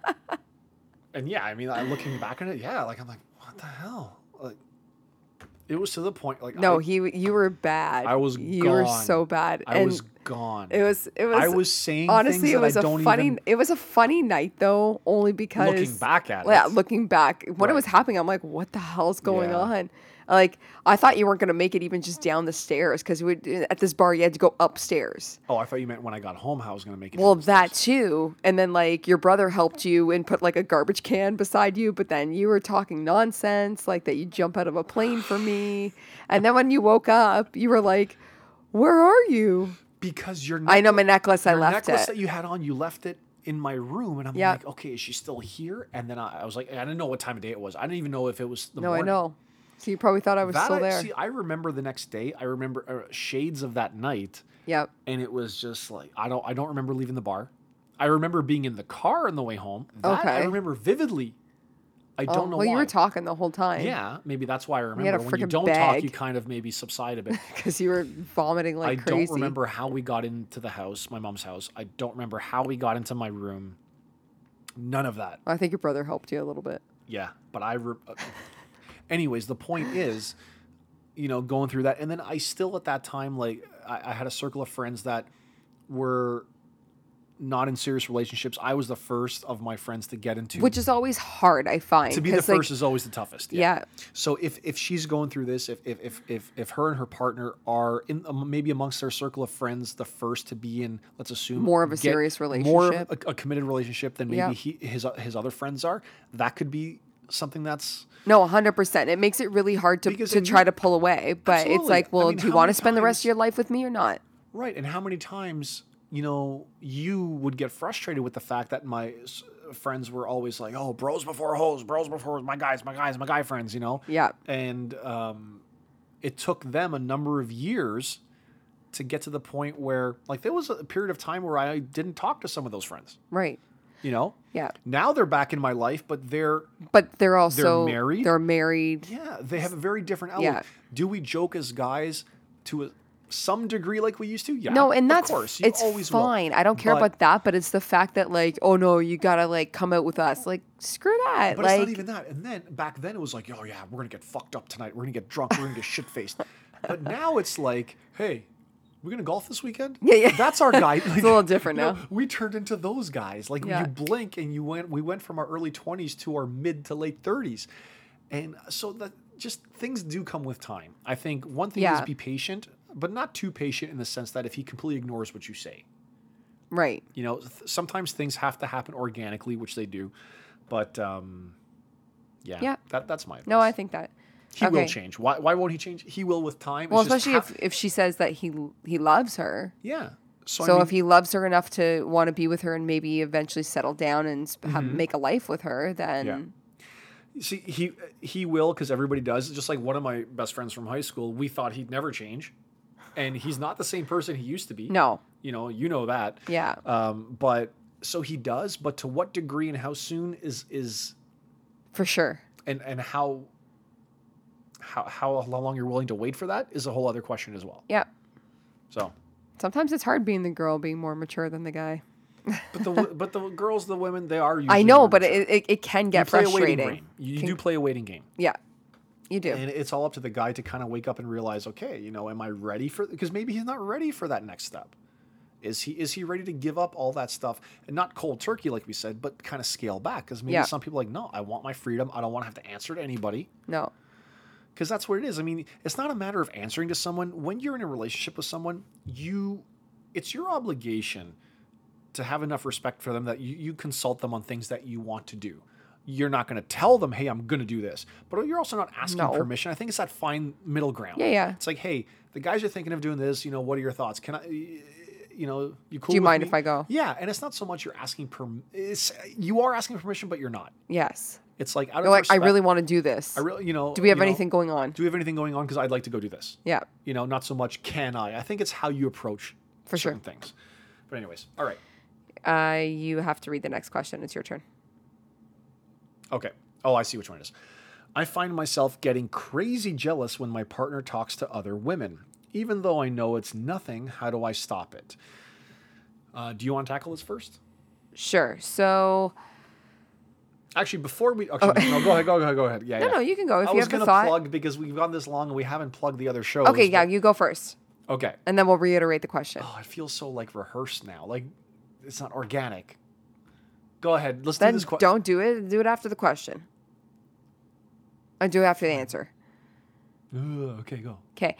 S1: and yeah, I mean, I, looking back at it, yeah, like I'm like, what the hell? Like, it was to the point, like,
S2: No,
S1: I,
S2: he you were bad.
S1: I was
S2: you were
S1: gone.
S2: so bad.
S1: I
S2: and
S1: was gone.
S2: it was it was
S1: I was saying
S2: honestly
S1: things
S2: it was
S1: that I
S2: a
S1: don't
S2: funny
S1: even
S2: it was a funny night though only because
S1: looking back at.
S2: yeah
S1: it.
S2: looking back when it
S1: Right.
S2: was happening I'm like what the hell's going
S1: Yeah.
S2: on like I thought you weren't gonna make it even just down the stairs because eh, at this bar you had to go upstairs
S1: Oh, I thought you meant when I got home, how I was gonna make it.
S2: well
S1: downstairs.
S2: that too and then like your brother helped you and put like a garbage can beside you but then you were talking nonsense like that you jump out of a plane for me and then when you woke up you were like where are you
S1: because you're
S2: I know my necklace I
S1: your
S2: left
S1: necklace
S2: it
S1: that you had on, you left it in my room, and I'm
S2: Yeah.
S1: like, okay, is she still here? And then I, I was like, I didn't know what time of day it was. I didn't even know if it was the
S2: no
S1: morning.
S2: I know so you probably thought I was
S1: That
S2: still
S1: I,
S2: there
S1: See, I remember the next day. I remember uh, shades of that night,
S2: yep
S1: and it was just like I don't. I don't remember leaving the bar. I remember being in the car on the way home. That I
S2: Okay.
S1: remember vividly. I
S2: Oh,
S1: don't know
S2: well
S1: why.
S2: you were talking the whole time
S1: yeah, maybe that's why I
S2: had a
S1: remember. When you
S2: frickin'
S1: don't
S2: bag.
S1: talk, you kind of maybe subside a bit.
S2: because you were vomiting like
S1: I
S2: crazy
S1: don't remember how we got into the house, my mom's house. I don't remember how we got into my room. None of that.
S2: I think your brother helped you a little bit
S1: Yeah, but I. Re- uh, anyways, the point is, you know, going through that, and then I still at that time like I, I had a circle of friends that were not in serious relationships. I was the first of my friends to get into.
S2: which is always hard I find
S1: to be the
S2: 'cause, like,
S1: first is always the toughest.
S2: yeah
S1: So if if she's going through this, if if if if, if her and her partner are in um, maybe amongst their circle of friends, the first to be in, let's assume
S2: More of a
S1: get-
S2: serious
S1: more of
S2: relationship.
S1: a, a committed relationship than maybe
S2: Yeah.
S1: he, his his other friends are. That could be something that's
S2: No, 100%. It makes it really hard to,
S1: Because
S2: to
S1: if you-
S2: try to pull away, but it's
S1: Absolutely.
S2: like,
S1: I
S2: well,
S1: mean,
S2: do you
S1: how
S2: want to
S1: many
S2: spend the rest of
S1: times-
S2: your life with me or not?
S1: right. And how many times you know you would get frustrated with the fact that my s- friends were always like, "Oh, bros before hoes, bros before hoes, my guys, my guys, my guy friends," you know.
S2: Yeah.
S1: and um, it took them a number of years to get to the point where like there was a period of time where i didn't talk to some of those friends
S2: Right.
S1: you know
S2: Yeah.
S1: now they're back in my life but they're
S2: But they're also
S1: married?
S2: They're married.
S1: yeah they have a very different outlook
S2: Yeah.
S1: do we joke as guys to a, some degree like we used to yeah
S2: No, and that's
S1: of course
S2: it's
S1: will.
S2: fine. I don't care
S1: But-
S2: about that, but it's the fact that like, oh no, you gotta like come out with us. Like, screw that.
S1: But
S2: like,
S1: it's not even that. And then back then it was like, oh yeah, we're gonna get fucked up tonight. We're gonna get drunk. We're gonna get shit faced. but now it's like, hey, we're gonna golf this weekend.
S2: Yeah, yeah.
S1: That's our guy. Like,
S2: a little different
S1: you know,
S2: now.
S1: we turned into those guys. Like
S2: Yeah.
S1: you blink and you went. We went from our early twenties to our mid to late thirties, and so that just things do come with time. I think one thing is
S2: Yeah.
S1: be patient, but not too patient in the sense that if he completely ignores what you say,
S2: right.
S1: you know th- sometimes things have to happen organically which they do but um yeah,
S2: Yeah.
S1: That, that's my advice.
S2: No, I think that.
S1: he will
S2: okay.
S1: change why, why won't he change he will with time
S2: Well,
S1: It's just
S2: especially
S1: how-
S2: if, if she says that he he loves her.
S1: yeah so,
S2: So
S1: I mean,
S2: if he loves her enough to want to be with her and maybe eventually settle down and sp- have,
S1: Mm-hmm.
S2: make a life with her, then
S1: see he he will because everybody does just like one of my best friends from high school we thought he'd never change and he's not the same person he used to be
S2: no,
S1: you know you know that
S2: yeah,
S1: um but so he does but to what degree and how soon is is
S2: for sure.
S1: and and how how how long you're willing to wait for that is a whole other question as well.
S2: Yeah.
S1: So,
S2: Sometimes it's hard being the girl, being more mature than the guy.
S1: but the wo- but the girls, the women, they are. Usually
S2: I know,
S1: more
S2: but
S1: mature.
S2: it, it, it can
S1: You
S2: get
S1: play a waiting
S2: frustrating.
S1: game. You, you do play a waiting game,
S2: Yeah, you do.
S1: and it's all up to the guy to kind of wake up and realize, okay, you know, am I ready for? Because maybe he's not ready for that next step. Is he is he ready to give up all that stuff and not cold turkey like we said, but kind of scale back? Because maybe
S2: Yeah.
S1: some people are like, no, I want my freedom. I don't want to have to answer to anybody.
S2: No,
S1: because that's what it is. I mean, it's not a matter of answering to someone. When you're in a relationship with someone, you, it's your obligation to have enough respect for them that you, you consult them on things that you want to do. You're not going to tell them, "Hey, I'm going to do this," but you're also not asking
S2: No.
S1: permission. I think it's that fine middle ground.
S2: Yeah, yeah.
S1: It's like, "Hey, the guys are thinking of doing this. You know, what are your thoughts? Can I, you know, you cool?
S2: you
S1: with
S2: mind
S1: me?"
S2: if I go?
S1: Yeah, and it's not so much you're asking per. It's you are asking permission, but you're not
S2: yes,
S1: It's like out
S2: You're
S1: of
S2: like,
S1: respect,
S2: I really want to do this.
S1: I really, you know,
S2: do we have
S1: you know,
S2: anything going on?
S1: Do we have anything going on? Because I'd like to go do this.
S2: yeah,
S1: You know, not so much can I. I think it's how you approach
S2: for
S1: certain
S2: sure.
S1: things. But anyways, all right,
S2: Uh, you have to read the next question. It's your turn.
S1: okay. Oh, I see which one it is. I find myself getting crazy jealous when my partner talks to other women, even though I know it's nothing. How do I stop it? Uh, do you want to tackle this first?
S2: Sure. So
S1: Actually, before we okay, no, go ahead, go ahead, go ahead. Yeah,
S2: Oh. no,
S1: yeah.
S2: no, you can go if
S1: I
S2: you
S1: was
S2: have
S1: gonna
S2: a thought.
S1: plug because we've gone this long and we haven't plugged the other shows.
S2: okay, yeah,
S1: but-
S2: you go first,
S1: Okay.
S2: and then we'll reiterate the question.
S1: Oh, it feels so like rehearsed now. Like it's not organic. Go ahead. Let's do
S2: then
S1: this. Qu-
S2: don't do it. Do it after the question. I do it after the answer.
S1: Ugh, okay, go.
S2: Okay.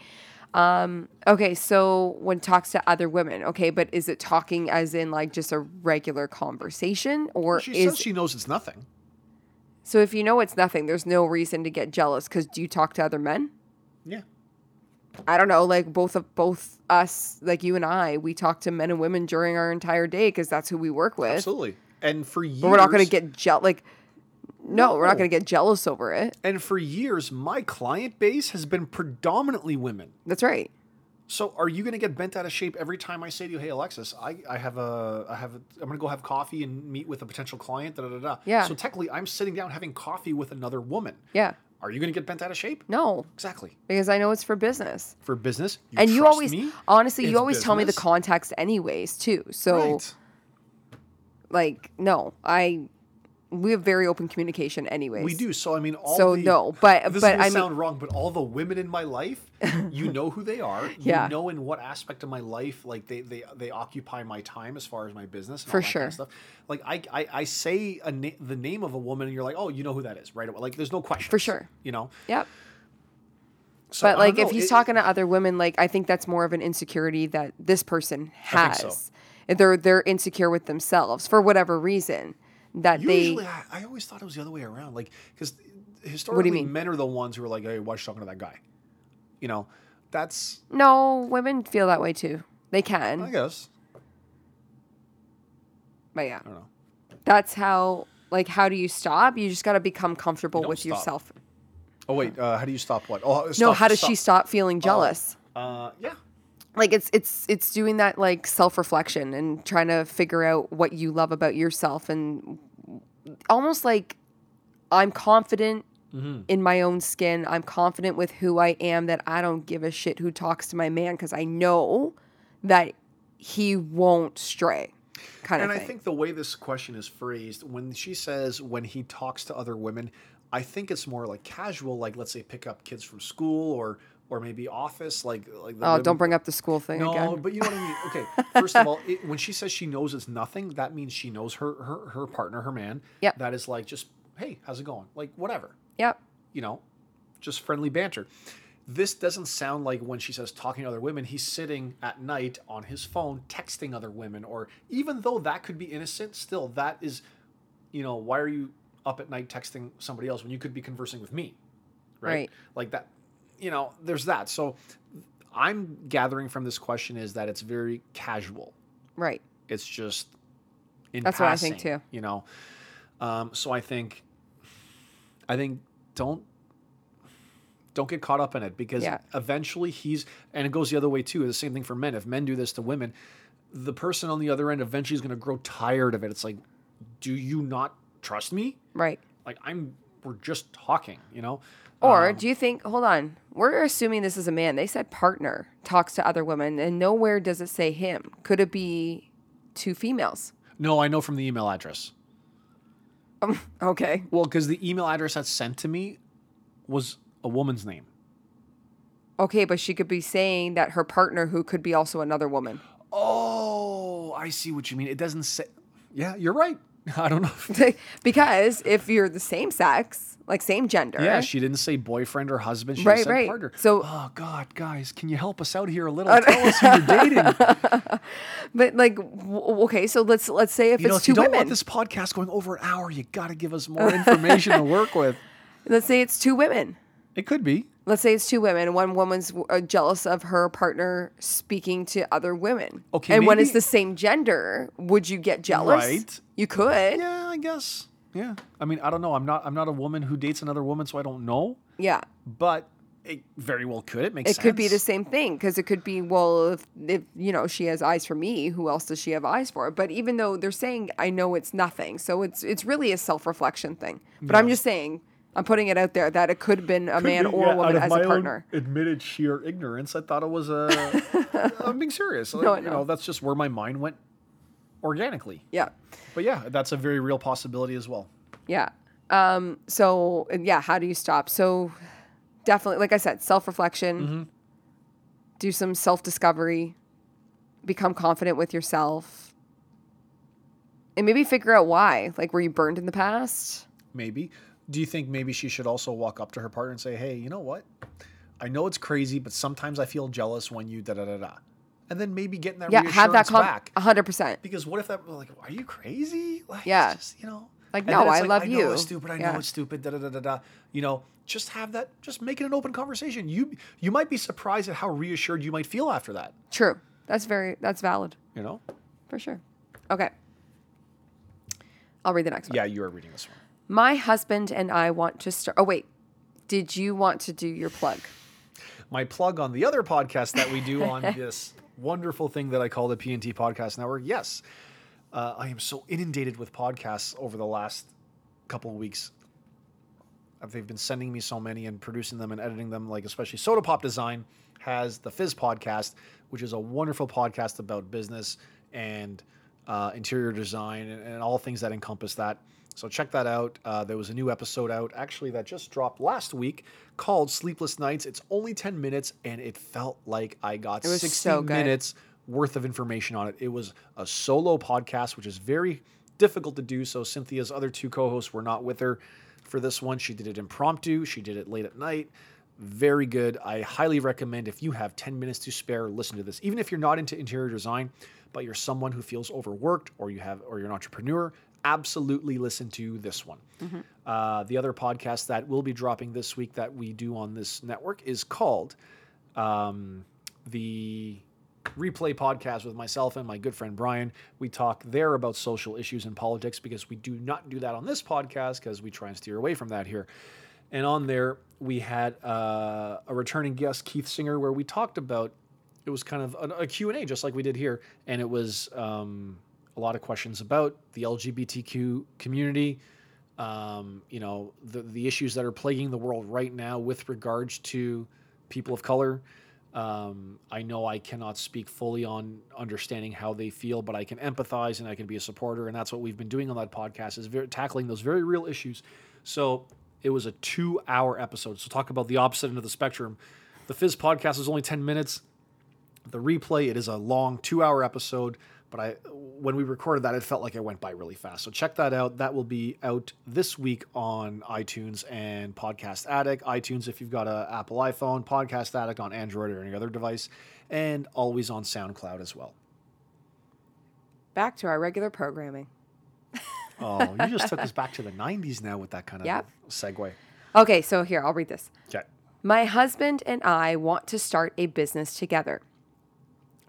S2: Um, okay, so when talks to other women, okay, but is it talking as in like just a regular conversation or
S1: She
S2: is
S1: says she knows it's nothing.
S2: so if you know it's nothing, there's no reason to get jealous cuz do you talk to other men?
S1: Yeah.
S2: I don't know, like both of both us, like you and I, we talk to men and women during our entire day cuz that's who we work with.
S1: Absolutely. And for years,
S2: But we're not going to get jealous like no, we're not
S1: No.
S2: going to get jealous over it.
S1: And for years, my client base has been predominantly women.
S2: That's right.
S1: So are you going to get bent out of shape every time I say to you, "Hey Alexis, I, I have a I have a, I'm going to go have coffee and meet with a potential client." Da da da da.
S2: Yeah.
S1: So technically, I'm sitting down having coffee with another woman.
S2: Yeah.
S1: Are you going to get bent out of shape?
S2: No,
S1: Exactly.
S2: because I know it's for business.
S1: For business, you
S2: and you
S1: trust
S2: always
S1: me?
S2: honestly you
S1: It's
S2: always tell me the
S1: business.
S2: context anyways too so
S1: Right.
S2: like no i we have very open communication anyways
S1: We do. So I mean, all
S2: So,
S1: the-
S2: no, but-
S1: this
S2: but
S1: is gonna
S2: I mean-
S1: sound wrong. But all the women in my life, you know who they are.
S2: Yeah.
S1: You know in what aspect of my life, like they they they occupy my time as far as my business. And
S2: For
S1: all that kind
S2: sure.
S1: of stuff. Like I I, I say a na- the name of a woman, and you're like, oh, you know who that is, right? away. Like there's no question.
S2: sure.
S1: You know.
S2: yep
S1: So, I
S2: but
S1: don't
S2: like if
S1: know,
S2: he's
S1: it-
S2: talking to other women like i think that's more of an insecurity that this person
S1: I think
S2: has
S1: so.
S2: they're they're insecure with themselves for whatever reason that
S1: Usually,
S2: they
S1: I, I always thought it was the other way around. Like, because historically,
S2: mean?
S1: men are the ones who are like, "Hey, why is she talking to that guy?" You know, that's
S2: no women feel that way too they
S1: I
S2: can
S1: guess
S2: but yeah
S1: I don't know.
S2: that's how like how do you stop you just got to become comfortable
S1: don't
S2: with
S1: stop.
S2: yourself
S1: Oh wait, uh, how do you stop what? Oh,
S2: no
S1: stop- Oh,
S2: how does she stop feeling jealous
S1: Uh, yeah.
S2: like it's it's it's doing that like self-reflection and trying to figure out what you love about yourself and almost like i'm confident in my own skin i'm confident with who i am that i don't give a shit who talks to my man because i know that he won't stray kind
S1: And
S2: of
S1: I
S2: thing
S1: think the way this question is phrased, when she says when he talks to other women, I think it's more like casual, like let's say pick up kids from school or or maybe office, like like. The
S2: oh
S1: women-
S2: don't bring up the school thing
S1: No,
S2: again
S1: but you know what I mean. Okay, first of all, it, when she says she knows it's nothing, that means she knows her her her partner, her man.
S2: Yep.
S1: That is like just hey, how's it going? Like whatever.
S2: yep
S1: you know, just friendly banter. This doesn't sound like when she says talking to other women, he's sitting at night on his phone texting other women, or even though that could be innocent, still that is, you know, why are you up at night texting somebody else when you could be conversing with me? Right?
S2: Right.
S1: Like that, you know, there's that. So I'm gathering from this question is that it's very casual.
S2: right
S1: It's just in
S2: That's what I
S1: passing,
S2: think too.
S1: You know, um, so I think, I think don't don't get caught up in it because
S2: Yeah.
S1: eventually he's and it goes the other way too. The same thing for men. If men do this to women, the person on the other end eventually is going to grow tired of it. It's like, do you not trust me?
S2: right
S1: Like I'm, we're just talking. You know, Um,
S2: Or do you think, hold on, we're assuming this is a man. They said partner talks to other women, and nowhere does it say him. Could it be two females?
S1: no, I know from the email address.
S2: Okay.
S1: Well, because the email address that's sent to me was a woman's name.
S2: Okay, but she could be saying that her partner, who could be also another woman.
S1: Oh, I see what you mean. It doesn't say. Yeah, you're right. I don't know.
S2: because if you're the same sex, like same gender,
S1: yeah, she didn't say boyfriend or husband. She
S2: Right,
S1: said
S2: right.
S1: partner.
S2: So- Uh,
S1: oh God, guys, can you help us out here a little? Tell us who you're dating.
S2: but like, w- okay, so let's let's say if
S1: You know,
S2: it's
S1: if you
S2: two
S1: don't
S2: women,
S1: want this podcast going over an hour, you got to give us more information to work with.
S2: let's say it's two women.
S1: It could be.
S2: Let's say it's two women. One woman's uh, jealous of her partner speaking to other women.
S1: Okay,
S2: And when it's
S1: maybe-
S2: the same gender, would you get jealous?
S1: Right.
S2: You could.
S1: Yeah, I guess. Yeah. I mean, I don't know. I'm not I'm not a woman who dates another woman, so I don't know.
S2: Yeah.
S1: But it very well could. It makes
S2: It
S1: sense.
S2: could be the same thing because it could be well, if, if you know she has eyes for me, who else does she have eyes for? But even though they're saying, I know it's nothing, so it's it's really a self reflection thing. But I'm just saying, I'm putting it out there that it could have been a man
S1: Could be,
S2: or
S1: yeah,
S2: a
S1: out
S2: woman
S1: of
S2: as
S1: my
S2: a
S1: own
S2: partner.
S1: admitted sheer ignorance. I thought it was a. I'm being serious. Like,
S2: No,
S1: you
S2: no.
S1: know, that's just where my mind went organically.
S2: Yeah,
S1: But yeah, that's a very real possibility as well.
S2: yeah. Um. So and yeah, how do you stop? So definitely, like I said, self reflection. Do some self discovery. Become confident with yourself. And maybe figure out why. Like, were you burned in the past?
S1: Maybe. Do you think maybe she should also walk up to her partner and say, "Hey, you know what? I know it's crazy, but sometimes I feel jealous when you da da da da," and then maybe getting that
S2: yeah have
S1: reassurance
S2: that con-
S1: back.
S2: 100%
S1: Because what if that was like, are you crazy? Like, it's
S2: Yeah.
S1: just, you know.
S2: Like,
S1: And then
S2: no,
S1: it's
S2: I love
S1: I
S2: you.
S1: know it's stupid. I
S2: Yeah.
S1: know it's stupid. Da da da da da. You know, just have that. Just make it an open conversation. You you might be surprised at how reassured you might feel after that.
S2: true that's very that's valid
S1: You know.
S2: for sure okay i'll read the next one
S1: Yeah, you are reading this one.
S2: my husband and i want to start oh wait did you want to do your plug
S1: My plug on the other podcast that we do on this wonderful thing that I call the PNT Podcast Network. Yes, uh, I am so inundated with podcasts over the last couple of weeks. Uh, They've been sending me so many and producing them and editing them, like especially Soda Pop Design has the Fizz podcast, which is a wonderful podcast about business and uh, interior design and, and all things that encompass that. So check that out. Uh, there was a new episode out actually that just dropped last week called Sleepless Nights. It's only 10 minutes and it felt like I got
S2: was
S1: 60
S2: so good.
S1: minutes worth of information on it. It was a solo podcast, which is very difficult to do. So Cynthia's other two co-hosts were not with her for this one. She did it impromptu. She did it late at night. Very good. I highly recommend if you have 10 minutes to spare, listen to this. Even if you're not into interior design, but you're someone who feels overworked or you have or you're an entrepreneur, absolutely listen to this one. Uh, the other podcast that will be dropping this week that we do on this network is called um, the replay podcast with myself and my good friend Brian. We talk there about social issues and politics because we do not do that on this podcast because we try and steer away from that here. And on there, we had uh, a returning guest, Keith Singer, where we talked about it was kind of an- a Q&A just like we did here. And it was um, a lot of questions about the LGBTQ community, um, you know, the, the issues that are plaguing the world right now with regards to people of color. Um, I know I cannot speak fully on understanding how they feel, but I can empathize and I can be a supporter, and that's what we've been doing on that podcast is very, tackling those very real issues. So it was a two-hour episode. So talk about the opposite end of the spectrum. The Fizz podcast is only ten minutes the replay. It is a long two hour episode, but I when we recorded that, it felt like it went by really fast. So check that out. That will be out this week on iTunes and Podcast Addict. iTunes if you've got an Apple iPhone, Podcast Addict on Android or any other device, and always on SoundCloud as well.
S2: back to our regular programming
S1: Oh, you just took us back to the '90s now with that kind of
S2: Yep.
S1: segue.
S2: okay so here i'll read this
S1: Okay.
S2: My husband and I want to start a business together,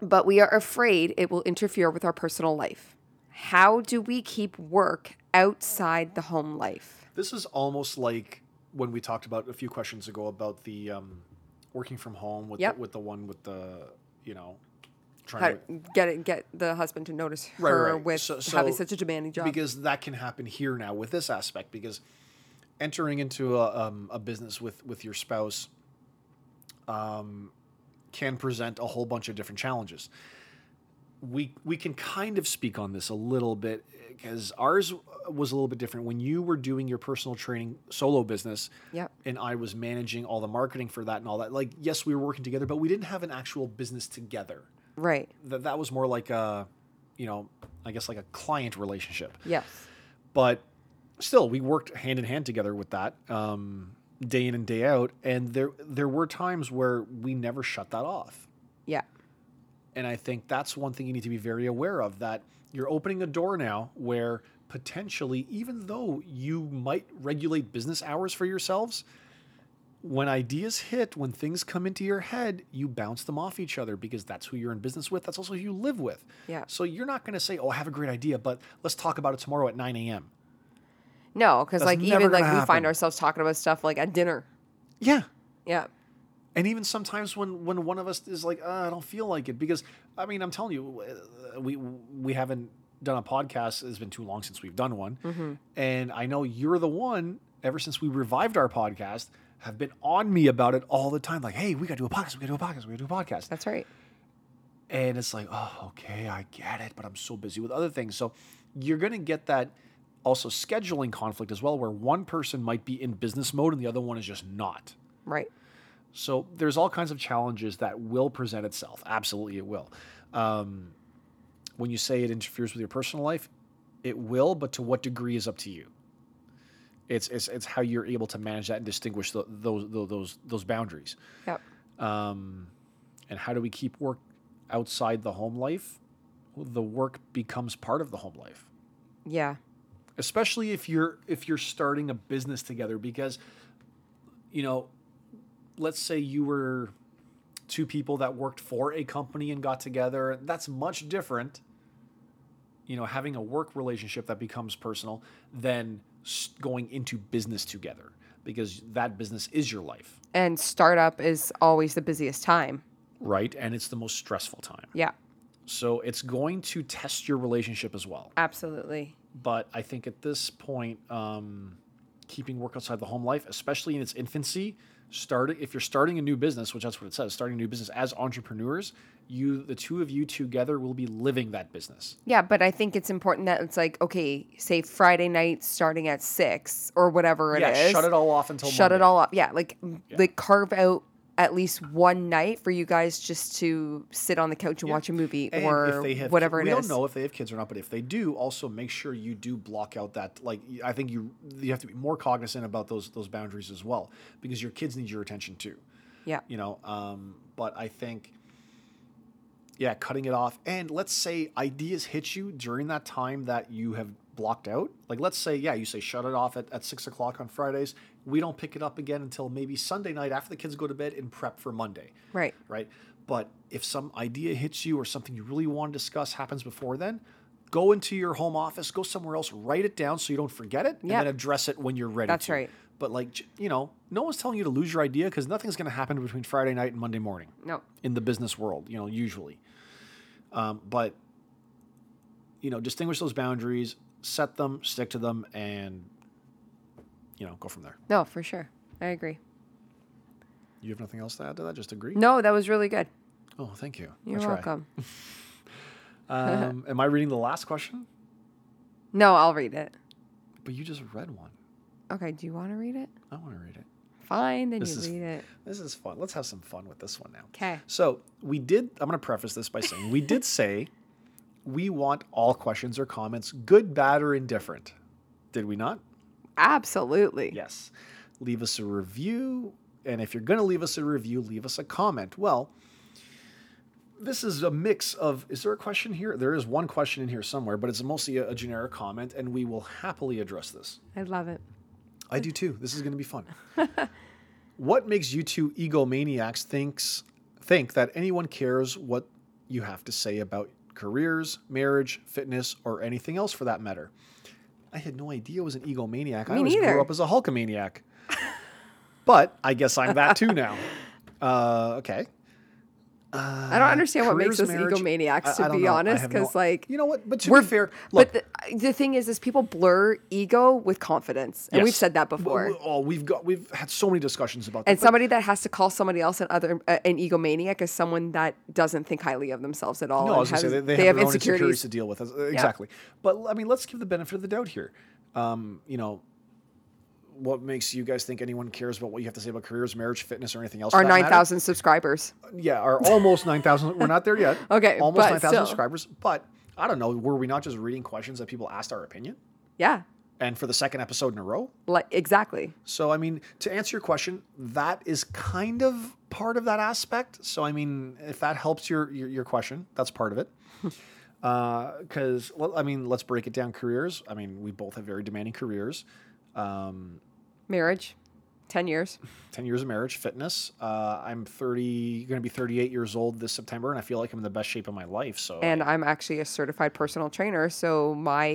S2: but we are afraid it will interfere with our personal life. How do we keep work outside the home life?
S1: This is almost like when we talked about a few questions ago about the um, working from home with
S2: Yep.
S1: the, with the one with the you know trying
S2: How
S1: to
S2: get it, get the husband to notice
S1: Right,
S2: her
S1: right.
S2: with
S1: So-
S2: having
S1: so-
S2: such a demanding job?
S1: because that can happen here now with this aspect because entering into a, um, a business with with your spouse um, can present a whole bunch of different challenges we we can kind of speak on this a little bit because ours was a little bit different when you were doing your personal training solo business
S2: Yep.
S1: and I was managing all the marketing for that and all that like yes we were working together but we didn't have an actual business together
S2: right.
S1: that that was more like a you know I guess like a client relationship
S2: Yes.
S1: but still we worked hand in hand together with that um, day in and day out and there there were times where we never shut that off
S2: Yeah.
S1: and i think that's one thing you need to be very aware of that you're opening a door now where potentially even though you might regulate business hours for yourselves when ideas hit when things come into your head you bounce them off each other because that's who you're in business with that's also who you live with
S2: Yeah.
S1: so you're not going to say oh i have a great idea but let's talk about it tomorrow at 9 a.m
S2: No, because
S1: That's
S2: like
S1: never
S2: even like we
S1: gonna happen.
S2: find ourselves talking about stuff like at dinner.
S1: Yeah.
S2: Yeah.
S1: And even sometimes when, when one of us is like, uh, I don't feel like it, because I mean, I'm telling you, uh, we we haven't done a podcast. It's been too long since we've done one, and I know you're the one. Ever since we revived our podcast, have been on me about it all the time. Like, hey, we got to do a podcast. We got to do a podcast. We got to do a podcast.
S2: That's right.
S1: And it's like, oh, okay, I get it, but I'm so busy with other things. So you're going to get that also scheduling conflict as well, where one person might be in business mode and the other one is just not.
S2: Right.
S1: So there's all kinds of challenges that will present itself. Absolutely, it will. Um, when you say it interferes with your personal life, it will, but to what degree is up to you. It's, it's, it's how you're able to manage that and distinguish tho- those, tho- those, those boundaries
S2: Yep.
S1: um, and how do we keep work outside the home life? Well, the work becomes part of the home life,
S2: Yeah.
S1: especially if you're if you're starting a business together. Because, you know, let's say you were two people that worked for a company and got together. That's much different. You know, having a work relationship that becomes personal than s- going into business together because that business is your life,
S2: And startup is always the busiest time.
S1: right? And it's the most stressful time.
S2: Yeah.
S1: So it's going to test your relationship as well.
S2: Absolutely.
S1: But I think at this point, um, keeping work outside the home life, especially in its infancy, starting if you're starting a new business, which that's what it says, starting a new business as entrepreneurs, you the two of you together will be living that business.
S2: Yeah, but I think it's important that it's like, okay, say Friday night starting at six or whatever it is.
S1: yeah, shut it all off until
S2: shut it
S1: Monday.
S2: all up. Yeah, like like carve out at least one night for you guys just to sit on the couch and watch a movie
S1: And
S2: or
S1: if they have,
S2: whatever it
S1: we
S2: is.
S1: don't know if they have kids or not, but if they do, also make sure you do block out that. Like, y- I think you you have to be more cognizant about those those boundaries as well, because your kids need your attention too.
S2: Yeah.
S1: you know um, but i think yeah cutting it off and let's say ideas hit you during that time that you have blocked out like let's say yeah you say shut it off at, at six o'clock on fridays we don't pick it up again until maybe sunday night after the kids go to bed and prep for monday
S2: Right.
S1: right but if some idea hits you or something you really want to discuss happens before then go into your home office go somewhere else write it down so you don't forget it
S2: Yeah.
S1: and then address it when you're ready
S2: That's
S1: to.
S2: right.
S1: But like j- you know, no one's telling you to lose your idea because nothing's going to happen between Friday night and Monday morning
S2: No.
S1: in the business world. You know, usually. Um, but you know, distinguish those boundaries, set them, stick to them, and you know, go from there.
S2: No, for sure. I agree.
S1: You have nothing else to add to that? Just agree.
S2: No, that was really good.
S1: Oh, thank you. I
S2: Mm. You're
S1: try.
S2: welcome.
S1: Um, am I reading the last question?
S2: No, I'll read it.
S1: But you just read one.
S2: Okay, do you want to read it?
S1: I want to read it.
S2: Fine, then
S1: This
S2: you
S1: is-
S2: read it.
S1: This is fun. Let's have some fun with this one now.
S2: Okay.
S1: So we did. I'm going to preface this by saying we did say we want all questions or comments, good, bad, or indifferent. Did we not?
S2: Absolutely.
S1: Yes. Leave us a review, and if you're going to leave us a review, leave us a comment. Well, this is a mix of. Is there a question here? There is one question in here somewhere, but it's mostly a, a generic comment, and we will happily address this.
S2: I love it.
S1: I do too. This is going to be fun. what makes you two egomaniacs thinks think that anyone cares what you have to say about careers, marriage, fitness, or anything else for that matter? I had no idea I was an egomaniac. I
S2: Me
S1: always
S2: neither.
S1: grew up as a hulkamaniac. but I guess I'm that too now. Uh, okay.
S2: I don't understand what
S1: Uh, Careers,
S2: makes us
S1: marriage-
S2: egomaniacs,
S1: I- I
S2: to
S1: don't
S2: be
S1: know. I
S2: honest,
S1: have no-
S2: because like
S1: you know what? But to
S2: we're
S1: be fair, look,
S2: But the, the thing is, is people blur ego with confidence, and we've
S1: yes.
S2: said that
S1: W-
S2: before.
S1: w- Oh, we've got we've had so many discussions about
S2: and
S1: that. but-
S2: somebody that has to call somebody else an other uh, an egomaniac is someone that doesn't think highly of themselves at all.
S1: No, I
S2: and
S1: was gonna say
S2: has-
S1: they, they, have, their own insecurities to deal with. That's- uh, Exactly. But I mean, let's give the benefit of the doubt here. Um, you know, what makes you guys think anyone cares about what you have to say about careers, marriage, fitness, or anything else? for
S2: Our
S1: that matter?
S2: nine thousand subscribers.
S1: Yeah, our almost nine thousand. We're not there yet.
S2: Okay,
S1: almost
S2: but
S1: nine thousand
S2: still.
S1: subscribers. But I don't know. Were we not just reading questions that people asked our opinion?
S2: Yeah,
S1: And for the second episode in a row.
S2: like exactly.
S1: So I mean, to answer your question, that is kind of part of that aspect. So I mean, if that helps your your, your question, that's part of it. Because well, I mean, let's break it down. Careers. I mean, we both have very demanding careers. Um,
S2: Marriage, 10 years.
S1: 10 years of marriage, fitness. Uh, I'm 30, going to be 38 years old this September, and I feel like I'm in the best shape of my life. So,
S2: And I'm actually a certified personal trainer, so my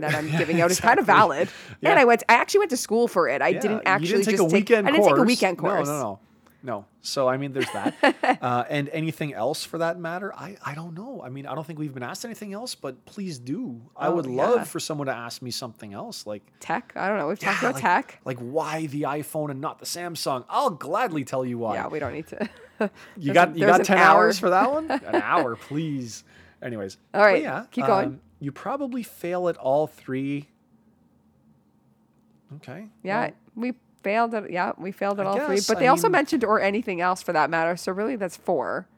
S2: that I'm giving out is kind of valid.
S1: Yeah.
S2: And I went I actually went to school for it. I
S1: Yeah,
S2: didn't
S1: you
S2: actually
S1: take
S2: just
S1: a weekend
S2: take,
S1: course.
S2: I didn't take a weekend course.
S1: No, no, no. No. So, I mean, there's that. uh, and anything else for that matter? I, I don't know. I mean, I don't think we've been asked anything else, but please do. I
S2: Oh,
S1: would
S2: yeah.
S1: love for someone to ask me something else. Like,
S2: Tech? I don't know. We've talked
S1: yeah, like,
S2: about tech.
S1: Like, why the iPhone and not the Samsung? I'll gladly tell you why.
S2: Yeah, we don't need to.
S1: You
S2: There's
S1: got
S2: an-
S1: you
S2: there's
S1: got
S2: an
S1: ten
S2: hour.
S1: hours for that one. an hour, please. Anyways,
S2: All
S1: but um,
S2: right, keep going.
S1: you probably fail at all three. Okay.
S2: Yeah, we failed at yeah, we failed at
S1: I
S2: all three.
S1: guess,
S2: But
S1: I
S2: they also
S1: mean-
S2: mentioned or anything else for that matter. So really, that's four.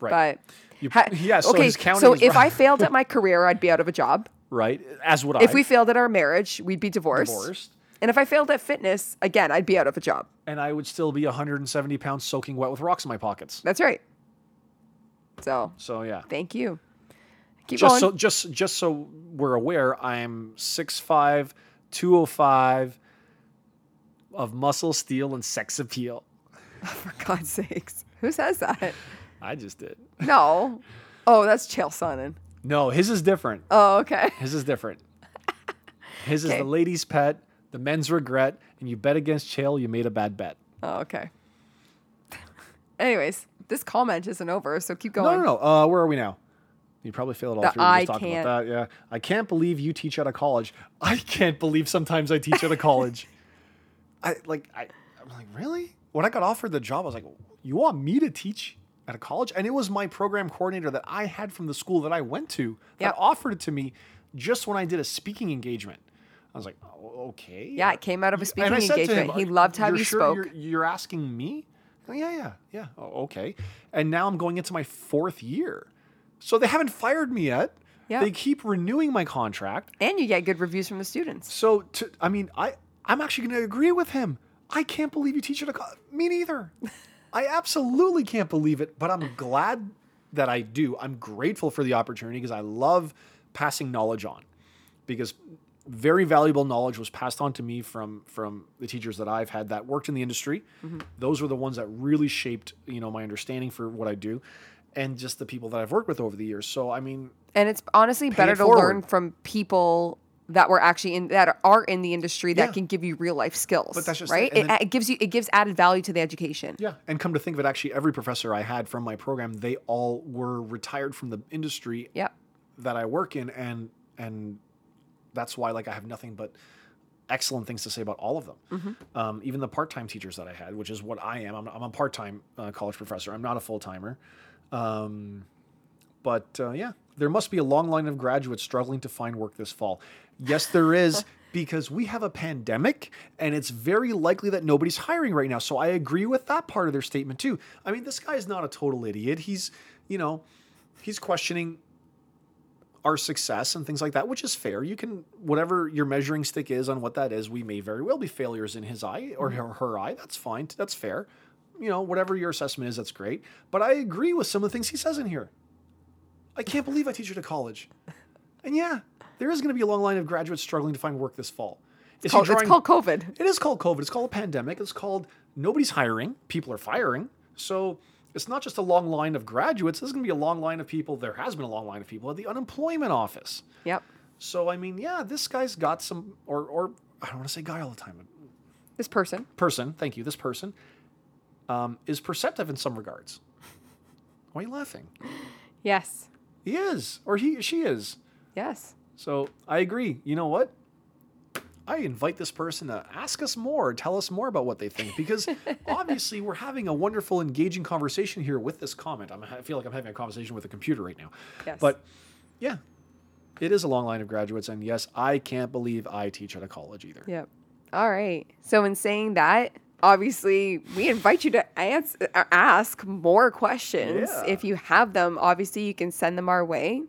S1: Right.
S2: But
S1: You-
S2: ha-
S1: yeah, so his counting
S2: so
S1: is
S2: if
S1: wrong.
S2: I failed at my career, I'd be out of a job.
S1: right. As would I.
S2: If we failed at our marriage, we'd be divorced.
S1: divorced,
S2: And if I failed at fitness, again, I'd be out of a job.
S1: and I would still be 170 pounds soaking wet with rocks in my pockets.
S2: That's right. So
S1: So yeah.
S2: thank you. Keep
S1: Just
S2: going.
S1: so just just so we're aware, I'm 6'5", 205 of muscle, steel, and sex appeal.
S2: For God's sakes, who says that?
S1: I just did.
S2: No. Oh, that's Chael Sonnen.
S1: No, his is different.
S2: Oh, okay.
S1: His is different. His is
S2: Okay.
S1: the lady's pet, the men's regret, and you bet against Chael, you made a bad bet.
S2: Oh, okay. Anyways, this comment isn't over, so keep
S1: No,
S2: going.
S1: no, no. Uh, where are we now? You probably failed all
S2: The
S1: three. We just
S2: I
S1: talked
S2: can't.
S1: about that. Yeah. I can't believe you teach at a college. I can't believe sometimes I teach at a college. I like I I'm like, really? When I got offered the job, I was like, you want me to teach at a college? And it was my program coordinator that I had from the school that I went to that
S2: Yep.
S1: offered it to me just when I did a speaking engagement. I was like, oh, okay.
S2: Yeah, it came out of a speaking engagement. he
S1: "Are-
S2: loved how
S1: you're
S2: you
S1: sure
S2: spoke.
S1: You're, you're asking me? Oh, yeah, yeah, yeah. Oh, okay. And now I'm going into my fourth year. So they haven't fired me yet.
S2: Yeah.
S1: They keep renewing my contract.
S2: And you get good reviews from the students.
S1: So, to, I mean, I, I'm actually going to agree with him. I can't believe you teach at a co- Me neither. I absolutely can't believe it, but I'm glad that I do. I'm grateful for the opportunity because I love passing knowledge on because very valuable knowledge was passed on to me from from the teachers that I've had that worked in the industry. Those were the ones that really shaped, you know, my understanding for what I do and just the people that I've worked with over the years. So, I mean,
S2: And it's honestly better
S1: it
S2: to
S1: forward.
S2: learn from people that were actually in that are in the industry that
S1: Yeah.
S2: can give you real life skills. But
S1: that's just it.
S2: right.
S1: And
S2: It,
S1: then-
S2: it gives you it gives added value to the education.
S1: Yeah, and come to think of it, actually, every professor I had from my program, they all were retired from the industry
S2: Yep.
S1: that I work in, and and that's why like I have nothing but excellent things to say about all of them. Um, even the part-time teachers that I had, which is what I am. I'm, I'm a part-time uh, college professor. I'm not a full-timer. Um, but uh, yeah, there must be a long line of graduates struggling to find work this fall. Yes, there is. Because we have a pandemic and it's very likely that nobody's hiring right now. So I agree with that part of their statement too. I mean, this guy's not a total idiot. He's, you know, he's questioning our success and things like that, which is fair. You can whatever your measuring stick is on what that is, we may very well be failures in his eye or
S2: Mm-hmm.
S1: her, her eye. That's fine. That's fair. You know, whatever your assessment is, that's great. But I agree with some of the things he says in here. I can't believe I teach at a college. And yeah, there is going to be a long line of graduates struggling to find work this fall. Is he
S2: Called-
S1: drawing-
S2: it's called COVID.
S1: it is called COVID. It's called a pandemic. It's called nobody's hiring. People are firing. So it's not just a long line of graduates. There's going to be a long line of people. There has been a long line of people at the unemployment office.
S2: Yep.
S1: So I mean, yeah, this guy's got some, or or I don't want to say guy all the time. but
S2: This person.
S1: Person, thank you. This person um, is perceptive in some regards. Why are you laughing?
S2: Yes.
S1: He is, or he, she is.
S2: Yes.
S1: So I agree. You know what? I invite this person to ask us more, tell us more about what they think, because obviously we're having a wonderful, engaging conversation here with this comment. I'm, I feel like I'm having a conversation with a computer right now.
S2: Yes.
S1: But yeah, it is a long line of graduates. And yes, I can't believe I teach at a college either.
S2: Yep. All right. So in saying that, obviously we invite you to ans- uh ask more questions
S1: Yeah.
S2: if you have them. Obviously, you can send them our way.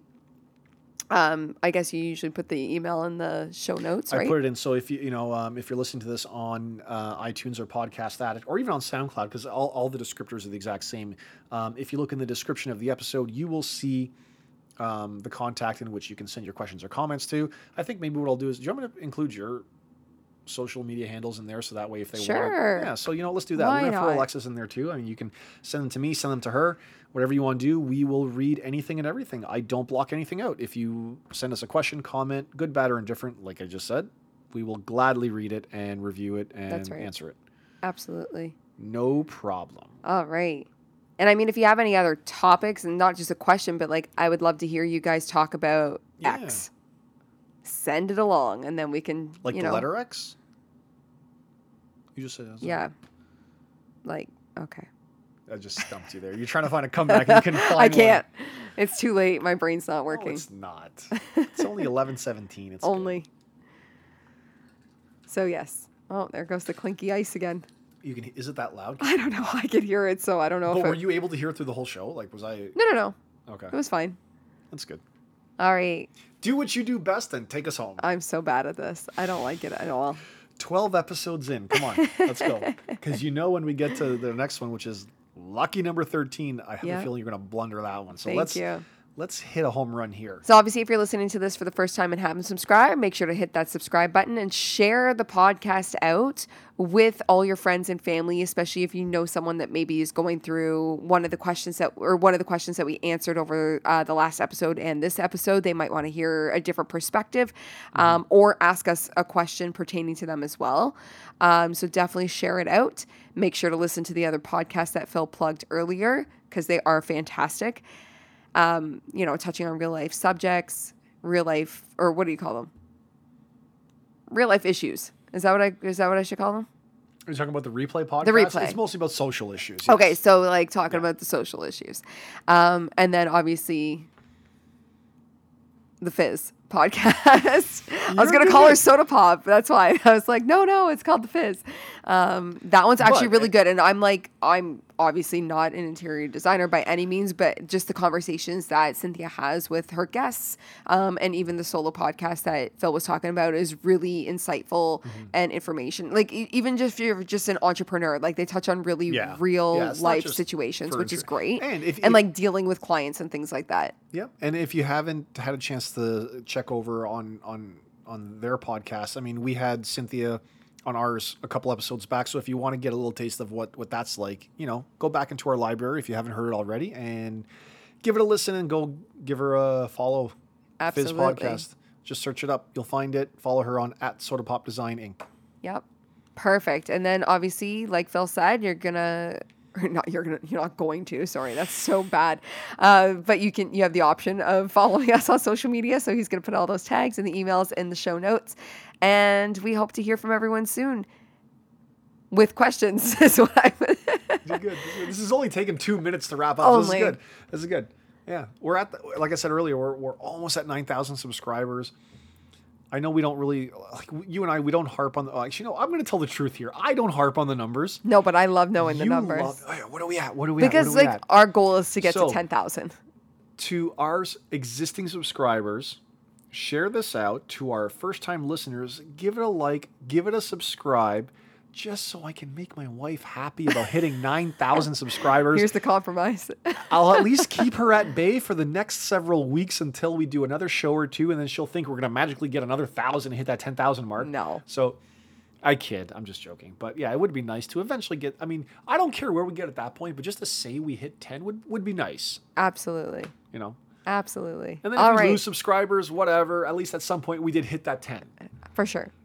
S2: Um, I guess you usually put the email in the show notes,
S1: I
S2: right?
S1: put it in. So if you you know um, if you're listening to this on uh, iTunes or Podcast Addict or even on SoundCloud, because all, all the descriptors are the exact same. Um, if you look in the description of the episode, you will see um, the contact in which you can send your questions or comments to. I think maybe what I'll do is, do you want me to include your social media handles in there, so that way if they
S2: Sure.
S1: want, yeah. So you know, let's do that.
S2: Why
S1: We're gonna
S2: not?
S1: throw Alexis in there too. I mean, you can send them to me, send them to her, whatever you want to do. We will read anything and everything. I don't block anything out. If you send us a question, comment, good, bad, or indifferent, like I just said, we will gladly read it and review it and
S2: That's right.
S1: answer it.
S2: Absolutely.
S1: No problem.
S2: All right. And I mean, if you have any other topics, and not just a question, but like, I would love to hear you guys talk about
S1: Yeah.
S2: X. Send it along, and then we can,
S1: Like
S2: you
S1: the
S2: know,
S1: letter X. You just said that, so-
S2: yeah, like okay.
S1: I just stumped you there. You're trying to find a comeback and you couldn't find
S2: I
S1: one.
S2: can't. It's too late. My brain's not
S1: No,
S2: working.
S1: it's not. It's only 11:17. It's good.
S2: Only. So yes. Oh, there goes the clinky ice again.
S1: You can. Is it that loud?
S2: I don't know. I could hear it, so I don't know
S1: But
S2: if
S1: were
S2: it,
S1: you able to hear it through the whole show? Like, was I?
S2: No, no, no. It
S1: Okay,
S2: was fine.
S1: that's good.
S2: All right.
S1: Do what you do best and take us home.
S2: I'm so bad at this. I don't like it at all.
S1: Twelve episodes in. Come on, let's go. Because you know when we get to the next one, which is lucky number thirteen. I have
S2: Yeah.
S1: a feeling you're going to blunder that one. So
S2: Thank
S1: let's
S2: you.
S1: let's hit a home run here.
S2: So obviously, if you're listening to this for the first time and haven't subscribed, make sure to hit that subscribe button and share the podcast out with all your friends and family, especially if you know someone that maybe is going through one of the questions that or one of the questions that we answered over uh, the last episode and this episode. They might want to hear a different perspective, um, or ask us a question pertaining to them as well. Um, so definitely share it out. Make sure to listen to the other podcasts that Phil plugged earlier because they are fantastic um, you know, touching on real life subjects, real life, or what do you call them? Real life issues. Is that what I is that what I should call them?
S1: Are you talking about the replay podcast?
S2: replay.
S1: It's mostly about social issues.
S2: Okay,
S1: yes.
S2: so like talking about the social issues, um, and then obviously the Fizz podcast. I
S1: You're
S2: was gonna call her
S1: good.
S2: Soda Pop. but That's why I was like, no, no, it's called the Fizz. Um, that one's actually
S1: But-
S2: really good, and I'm like, I'm obviously not an interior designer by any means, but just the conversations that Cynthia has with her guests, um, and even the solo podcast that Phil was talking about is really insightful
S1: Mm-hmm.
S2: and information. Like e- even just if you're just an entrepreneur, like they touch on really
S1: Yeah.
S2: real
S1: Yeah, it's not
S2: life
S1: just
S2: situations, which is
S1: furniture.
S2: great.
S1: And if-
S2: and
S1: if-
S2: like dealing with clients and things like that.
S1: Yep. And if you haven't had a chance to check over on on on their podcast, I mean, we had Cynthia on ours a couple episodes back. So if you want to get a little taste of what what that's like, you know, go back into our library if you haven't heard it already and give it a listen and go give her a follow. Fizz
S2: Absolutely.
S1: podcast. Just search it up. You'll find it. Follow her on at Soda Pop Design Inc.
S2: Yep. Perfect. And then obviously, like Phil said, you're gonna or not you're gonna you're not going to, sorry, that's so bad. Uh, but you can you have the option of following us on social media. So he's gonna put all those tags and the emails in the show notes. And we hope to hear from everyone soon. With questions is what I'm
S1: This is good. This is- This is only taking two minutes to wrap up. This
S2: Only.
S1: is good. This is good. Yeah, we're at the, like I said earlier, we're, we're almost at nine thousand subscribers. I know we don't really like you and I. We don't harp on the. Actually, no, I'm going to tell the truth here. I don't harp on the numbers.
S2: No, but I love knowing the
S1: You
S2: numbers.
S1: love- oh, yeah, what are we at? What are we
S2: because
S1: at? What are we
S2: like
S1: at?
S2: our goal is to get
S1: So-
S2: to 10,000.
S1: to our s- existing subscribers, share this out to our first time listeners. Give it a like, give it a subscribe, just so I can make my wife happy about hitting 9,000 subscribers.
S2: Here's the compromise.
S1: I'll at least keep her at bay for the next several weeks until we do another show or two, and then she'll think we're gonna magically get another thousand and hit that ten thousand mark.
S2: No.
S1: So I kid, I'm just joking. But yeah, it would be nice to eventually get I mean, I don't care where we get at that point, but just to say we hit ten would, would be nice,
S2: Absolutely.
S1: you know.
S2: Absolutely.
S1: And then
S2: All
S1: if we
S2: right.
S1: lose subscribers, whatever, at least at some point we did hit that ten.
S2: For sure.
S1: Oh.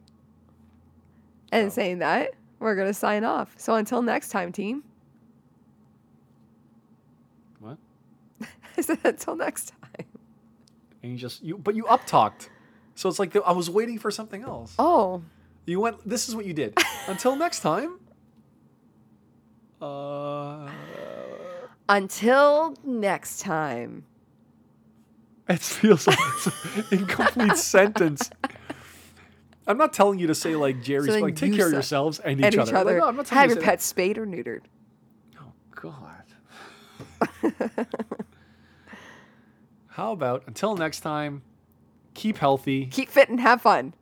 S2: And saying that, we're going to sign off. So until next time, team.
S1: What?
S2: I said until next time.
S1: And you just you but you up talked. So it's like the, I was waiting for something else.
S2: Oh,
S1: You went. This is what you did. Until next time. Uh,
S2: until next time.
S1: it feels like it's an incomplete sentence. I'm not telling you to say like Jerry's
S2: then
S1: like take
S2: you
S1: care of
S2: say-
S1: yourselves and each
S2: and
S1: other.
S2: each other.
S1: Like, no, I'm not telling
S2: Have
S1: you
S2: your
S1: to say that.
S2: pets spayed or neutered.
S1: Oh God. How about until next time? Keep healthy.
S2: Keep fit and have fun.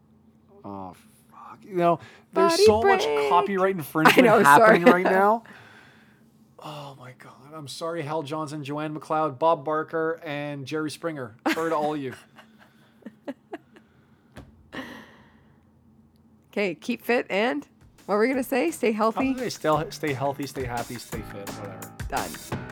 S1: Oh fuck! You know, there's
S2: Body
S1: so
S2: break.
S1: much copyright infringement
S2: know, sorry.
S1: happening right now. Oh my god! I'm sorry, Hal Johnson, Joanne McLeod, Bob Barker, and Jerry Springer. Sorry to all of you.
S2: Okay, keep fit and what were we going to say? Stay healthy.
S1: Probably stay, stay healthy, stay happy, stay fit, whatever.
S2: Done.